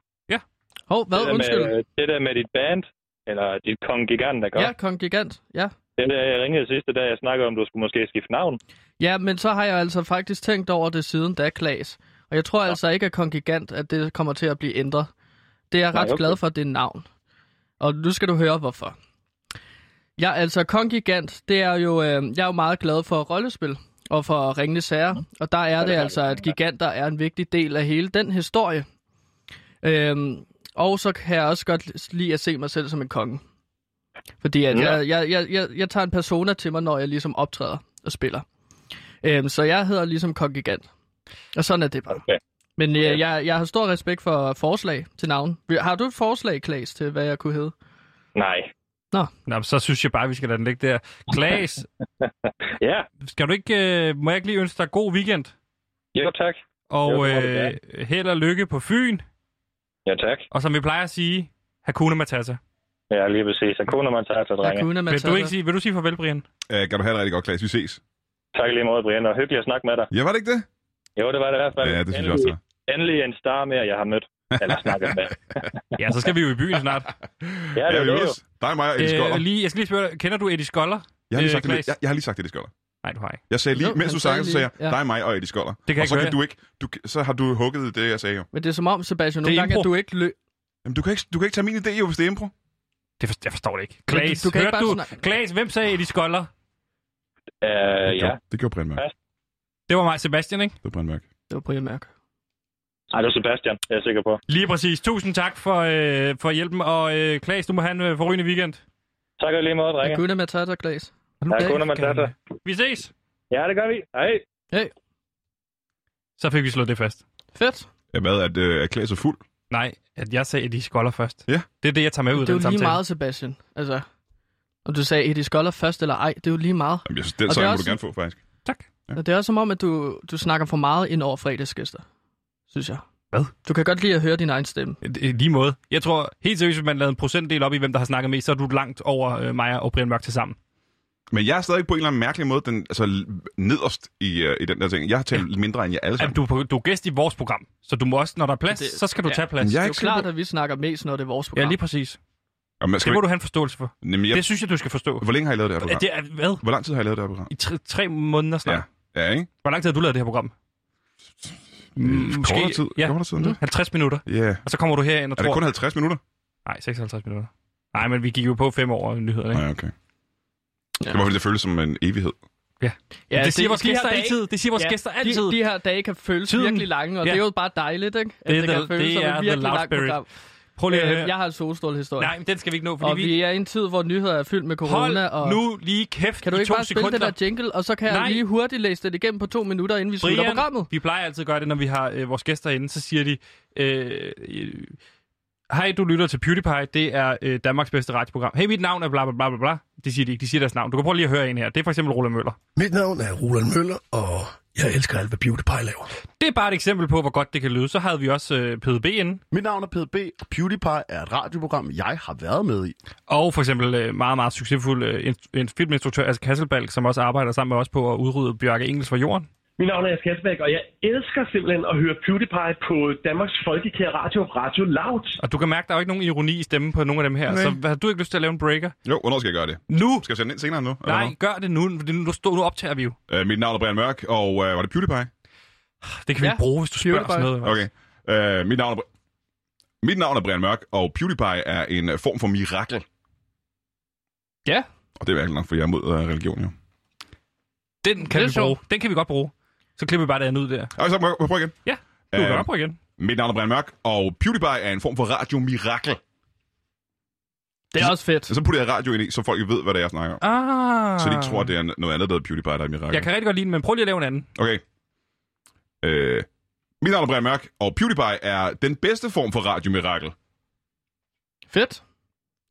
B: Hov, hvad?
F: det, der
B: Undskyld.
F: med, øh, det der med dit band, eller dit kongigant, der gør.
B: Ja, Kong Gigant. Ja.
F: Det der, jeg ringede sidste dag, jeg snakkede om, du skulle måske skifte navn.
B: ja, men så har jeg altså faktisk tænkt over det siden da, Klaas. Og jeg tror altså ikke, at Kong Gigant, at det kommer til at blive ændret. Det er jeg
F: Nej,
B: ret
F: okay.
B: glad for, det navn. Og nu skal du høre, hvorfor. Ja, altså Kong Gigant, det er jo, øh, jeg er jo meget glad for rollespil og for ringende sager. Og der er det altså, at giganter er en vigtig del af hele den historie. Øhm, og så kan jeg også godt lide at se mig selv som en konge. Fordi at
F: Ja.
B: jeg, jeg, jeg, jeg, jeg tager en persona til mig, når jeg ligesom optræder og spiller. Øhm, så jeg hedder ligesom Kong Gigant. Og sådan er det bare.
F: Okay.
B: Men øh, jeg, jeg har stor respekt for forslag til navn. Har du et forslag, Klaas, til hvad jeg kunne hedde?
F: Nej.
A: Nå, men så synes jeg bare, vi skal lade den ligge der. Klaas,
F: Ja,
A: skal du ikke, øh, må jeg ikke lige ønske dig god weekend?
F: jo tak.
A: Og
F: Jo, det må du
A: øh, held og lykke på Fyn.
F: Ja, tak.
A: Og som vi plejer at sige, Hakuna Matata.
F: Ja, lige præcis. Hakuna Matata, drenge.
B: Hakuna
A: Vil du,
B: Matata.
A: ikke sige, vil du sige farvel, Brian?
C: Øh, kan du have det rigtig godt, Klaas. Vi ses.
F: Tak i lige måde, Brian, og hyggeligt at snakke med dig.
C: Ja, var det ikke det?
F: Jo, det var det i hvert fald.
C: Ja, det synes jeg
F: endelig,
C: også. det var.
F: Endelig en star mere, jeg har mødt. Eller snakket med.
A: Ja, så skal vi jo i byen snart.
F: Ja, det
C: Ja,
F: er
C: vi
F: det jo.
C: mødes. Dig, mig og Eddie Skoller.
A: Øh, lige, jeg skal lige spørge, kender du Eddie Skoller?
C: Jeg har lige sagt,
A: øh, Claes.
C: det, jeg, jeg har lige sagt Eddie Skoller.
A: Nej, du har ikke.
C: Jeg sagde lige,
B: Jo,
C: mens
B: han
C: du
B: sagde
C: sang, så
B: lige-
C: sagde jeg,
B: ja.
C: dig, mig og Eddie Skoller.
A: Det kan jeg
C: og så
A: ikke
C: kan du ikke, du, kan- så har du hugget det, jeg sagde jo.
B: Men det er som om, Sebastian,
A: Det
B: nogle
A: er
B: gange,
A: impro.
B: at du ikke lø...
C: Jamen, du kan ikke, du kan ikke tage min idé jo, hvis det er
F: Øh,
C: impro.
A: Det for, jeg forstår det ikke.
B: Men
A: Klaas,
B: du- du kan ikke
A: hørte
B: bare
A: du?
B: snakke-
A: Klaas, hvem sagde Eddie Skoller?
F: Øh,
C: det,
F: ja.
C: gjorde, det gjorde Brian Mørk.
F: Ja.
A: Det var mig, Sebastian, ikke?
C: Det var Brian Mørk.
B: Det var Brian Mærk.
F: Ej, det var Sebastian, jeg er sikker på.
A: Lige præcis. Tusind tak for, øh, for hjælpen. Og øh, Klaas, du må have en øh, forrygende weekend.
F: Tak i lige måde, drenge.
B: Hakuna Matata, Klaas.
F: Hakuna Matata.
A: Vi ses.
F: Ja, det gør vi. Hej.
A: Så fik vi slået det fast.
B: Fedt.
C: Ja, hvad, at, øh, at Klaas er fuld?
A: Nej, at jeg sagde Eddie Skoller først.
C: Ja.
A: Det er det, jeg tager med ud af
B: Det er jo
A: den
B: lige
A: samtale.
B: meget, Sebastian. Altså, om du sagde Eddie Skoller først eller ej, det er jo lige meget.
C: Jamen, jeg synes, den
B: Og
C: sang
B: det
C: må
B: er
C: du
B: også-
C: gerne få, faktisk.
A: Tak.
B: Og det er også som om, at du, du snakker for meget ind over fredagsgæster, synes jeg.
A: Hvad?
B: Du kan godt lide at høre din egen stemme.
A: I Øh, lige måde. Jeg tror helt seriøst, hvis man lavede en procentdel op i, hvem der har snakket mest, så er du langt over øh, mig og Brian Mørk til sammen.
C: Men jeg er stadig på en eller anden mærkelig måde den, altså, l- nederst i, øh, i den der ting. Jeg har talt mindre end jer alle
A: Jamen,
C: sammen.
A: du, er på- du er gæst i vores program, så du må også, når der er plads, det,
B: Det-
A: så skal du
B: ja.
A: tage
C: Men
A: plads.
C: jeg
B: Det
C: er
B: er jo
C: ikke sikker
B: klart,
C: på...
B: at vi snakker mest, når det er vores program.
A: Ja, lige præcis.
C: Jamen, skal
A: Det
C: vi...
A: må du have en forståelse for.
C: Jamen, jeg...
A: Det synes jeg, du skal forstå.
C: Hvor længe har I lavet det her program?
A: Det er, hvad?
C: Hvor lang tid har I lavet det her program?
A: I tre, tre måneder snart.
C: Ja.
A: Ja.
C: Ja, ikke?
A: Hvor lang tid har du lavet det her program? Øh,
C: Mm,
A: Måske-
C: kortere tid,
A: Ja,
C: kortere tid end det.
A: 50 minutter.
C: Ja.
A: Og så kommer du herind og
C: Er det
A: tror...
C: kun 50 minutter?
A: Nej, 56 minutter. Nej, men vi gik jo på fem år i nyhederne, ikke?
C: Nej, okay. Det var fordi, det føles som en evighed.
A: Ja, det, det siger
B: det-
A: vores
B: de her
A: gæster
B: dage-
A: altid. Det siger vores
B: Ja,
A: gæster altid.
B: De, de her dage kan føles
A: Tiden.
B: Tiden. virkelig lange, og
A: Ja.
B: ja. det er jo bare dejligt, ikke? At
A: Det er
B: det, det
A: the-
B: kan føles
A: det
B: som
A: er the
B: et virkelig
A: loud
B: langt
A: spirit.
B: program.
A: Prøv lige at høre.
B: Øh, jeg har en solstrål historie.
A: Nej, men den skal vi ikke nå, fordi
B: og vi...
A: vi...
B: er i en tid, hvor nyheder er fyldt med
A: Hold
B: corona. og...
A: nu lige kæft
B: Kan du
A: i
B: ikke
A: to
B: bare spille
A: sekunder.
B: den der jingle, og så kan
A: Nej.
B: jeg lige hurtigt læse den igennem på to minutter, inden vi slutter programmet?
A: Brian, vi plejer altid at gøre det, når vi har øh, vores gæster inde, så siger de, øh, øh, hej, du lytter til PewDiePie, det er øh, Danmarks bedste radioprogram. Hey, mit navn er bla bla bla bla bla. Det siger de ikke, de siger deres navn. Du kan prøve lige at høre en her. Det er for eksempel Roland Møller.
G: Mit navn er Roland Møller, og jeg elsker alt, hvad Beauty Pie laver.
A: Det er bare et eksempel på, hvor godt det kan lyde. Så havde vi også øh, PDB inde,
H: Mit navn er PDB, og PewDiePie er et radioprogram, jeg har været med i.
A: og for eksempel øh, meget, meget succesfuld øh, en, en filminstruktør, altså Kasselbalg, som også arbejder sammen med os på at udrydde Bjørke Engels fra jorden.
I: Mit navn er Jes Kasbæk, og jeg elsker simpelthen at høre PewDiePie på Danmarks Folkekære Radio, Radio Loud.
A: Og du kan mærke, der er jo ikke nogen ironi i stemmen på nogen af dem her.
C: Nej.
A: Så har du ikke lyst til at lave en breaker?
C: Jo, hvornår skal jeg gøre det?
A: Nu!
C: Skal jeg sende den ind senere nu? eller
A: Nej, gør det nu. fordi Nu, nu, nu optager vi jo.
C: hvad? Øh, mit navn er Brian Mørk, og øh, var det PewDiePie?
A: Det kan ja.
B: Ja,
A: vi bruge, hvis du spørger
B: PewDiePie.
A: sådan noget.
C: Okay. Øh, mit, navn er, Br- mit navn er Brian Mørk, og PewDiePie er en øh, form for mirakel.
B: Ja.
C: Og det er virkelig nok, for jeg er mod øh, religion, jo.
A: Den kan
B: Det
A: vi
B: er
A: bruge. Den kan vi godt bruge. Så klipper vi bare det andet ud der.
C: Okay, så må jeg- må jeg prøve igen.
A: Ja, du kan
C: Øhm.
A: godt prøve igen.
C: Mit navn er Brian Mørk, og PewDiePie er en form for radio mirakel.
B: Det er også fedt.
C: Så putter jeg radio ind i, så folk ved, hvad det er, jeg snakker om.
A: Ah.
C: Så de ikke tror, at det er noget andet, der hedder PewDiePie, der er mirakel.
A: Jeg kan rigtig godt lide den, men prøv lige at lave en anden.
C: Okay. Øh, mit navn er Brian Mørk, og PewDiePie er den bedste form for radio mirakel.
B: Fedt.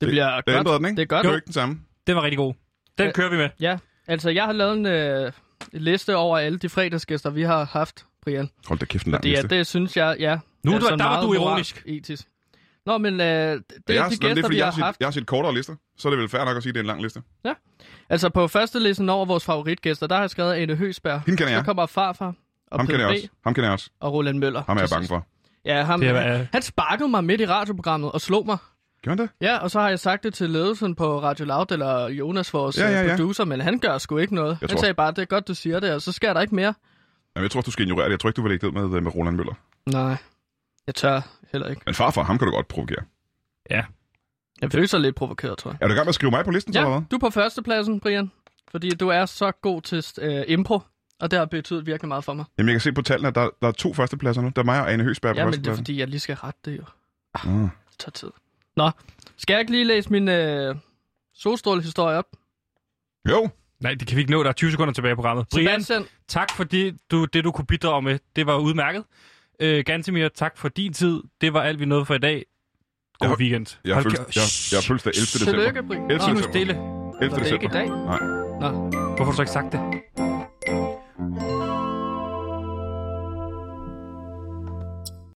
B: Det bliver
C: Det
B: godt.
C: ændrede den, ikke?
B: Det er godt.
C: Det er jo ikke den samme.
A: Den var rigtig god. Den
B: Ja.
A: kører vi med.
B: Ja, altså jeg har lavet en øh, liste over alle de fredagsgæster, vi har haft, Brian.
C: Hold da kæft, den lang
B: Det, ja,
C: liste.
B: det synes jeg, ja.
A: Nu,
B: altså,
A: der- der var
B: meget
A: du ironisk.
B: moralsk, Etisk. Nå, men øh, det
C: Ja,
B: er de
C: jeg, jamen, det er,
B: gæster,
C: fordi
B: vi har
C: jeg har, set,
B: haft.
C: jeg har set kortere lister, så er det vel fair nok at sige, at det er en lang liste.
B: Altså på første listen over vores favoritgæster, der har jeg skrevet Ane Høsberg.
C: Hende kender jeg.
B: Så kommer farfar og
C: Ham kender jeg
B: PB
C: også. Ham kender jeg også.
B: og Roland Møller.
C: Ham er
B: til
C: jeg bange
B: sidst.
C: for.
B: Ja, ham,
A: Det
B: det
A: er- øh,
B: var... han sparkede mig midt i radioprogrammet og slog mig.
C: Gjorde han det?
B: Ja, og så har jeg sagt det til ledelsen på Radio Loud, eller Jonas, vores
C: Ja,
B: ja,
C: ja,
B: ja,
C: ja.
B: producer, men han gør sgu ikke noget.
C: Jeg
B: Jeg han
C: tror-
B: sagde bare, det er godt, du siger det, og så sker der ikke mere.
C: Jamen, jeg tror, du skal ignorere det. Jeg tror ikke, du vil lægge det ud med, med Roland Møller.
B: Nej, jeg tør heller ikke.
C: Men farfar, ham kan du godt provokere.
B: Jeg føler sig lidt provokeret, tror jeg.
C: Er du i gang med at skrive mig på listen, så eller
B: Ja,
C: hvad?
B: du er på førstepladsen, Brian, fordi du er så god til øh, impro, og det har betydet virkelig meget for mig.
C: Jamen, jeg kan se på tallene, at der, der er to førstepladser nu. Der er mig og Ane Høsberg på
B: Ja, men det er
C: førstepladsen.
B: fordi, jeg lige skal rette det jo.
C: Ah.
B: Det tager tid. Nå, skal jeg ikke lige læse min øh, solstrålehistorie op?
C: Jo,
A: Nej, det kan vi ikke nå. Der er 20 sekunder tilbage i programmet. Brian,
B: Sebastian,
A: tak fordi du, det, du kunne bidrage med. Det var udmærket. Øh, Gantemir, tak for din tid. Det var alt, vi nåede for i dag. God
C: Jeg-
A: weekend.
C: jeg har
A: Hold
C: fødselsdag
A: kæ-
C: jeg, jeg har fødselsdag 11. december.
B: tillykke, Brian.
C: 11.
A: Sig nu
C: december.
A: stille.
C: 11.
B: Det er ikke
C: december.
B: i dag.
C: Nej.
A: Hvorfor har du så ikke sagt det?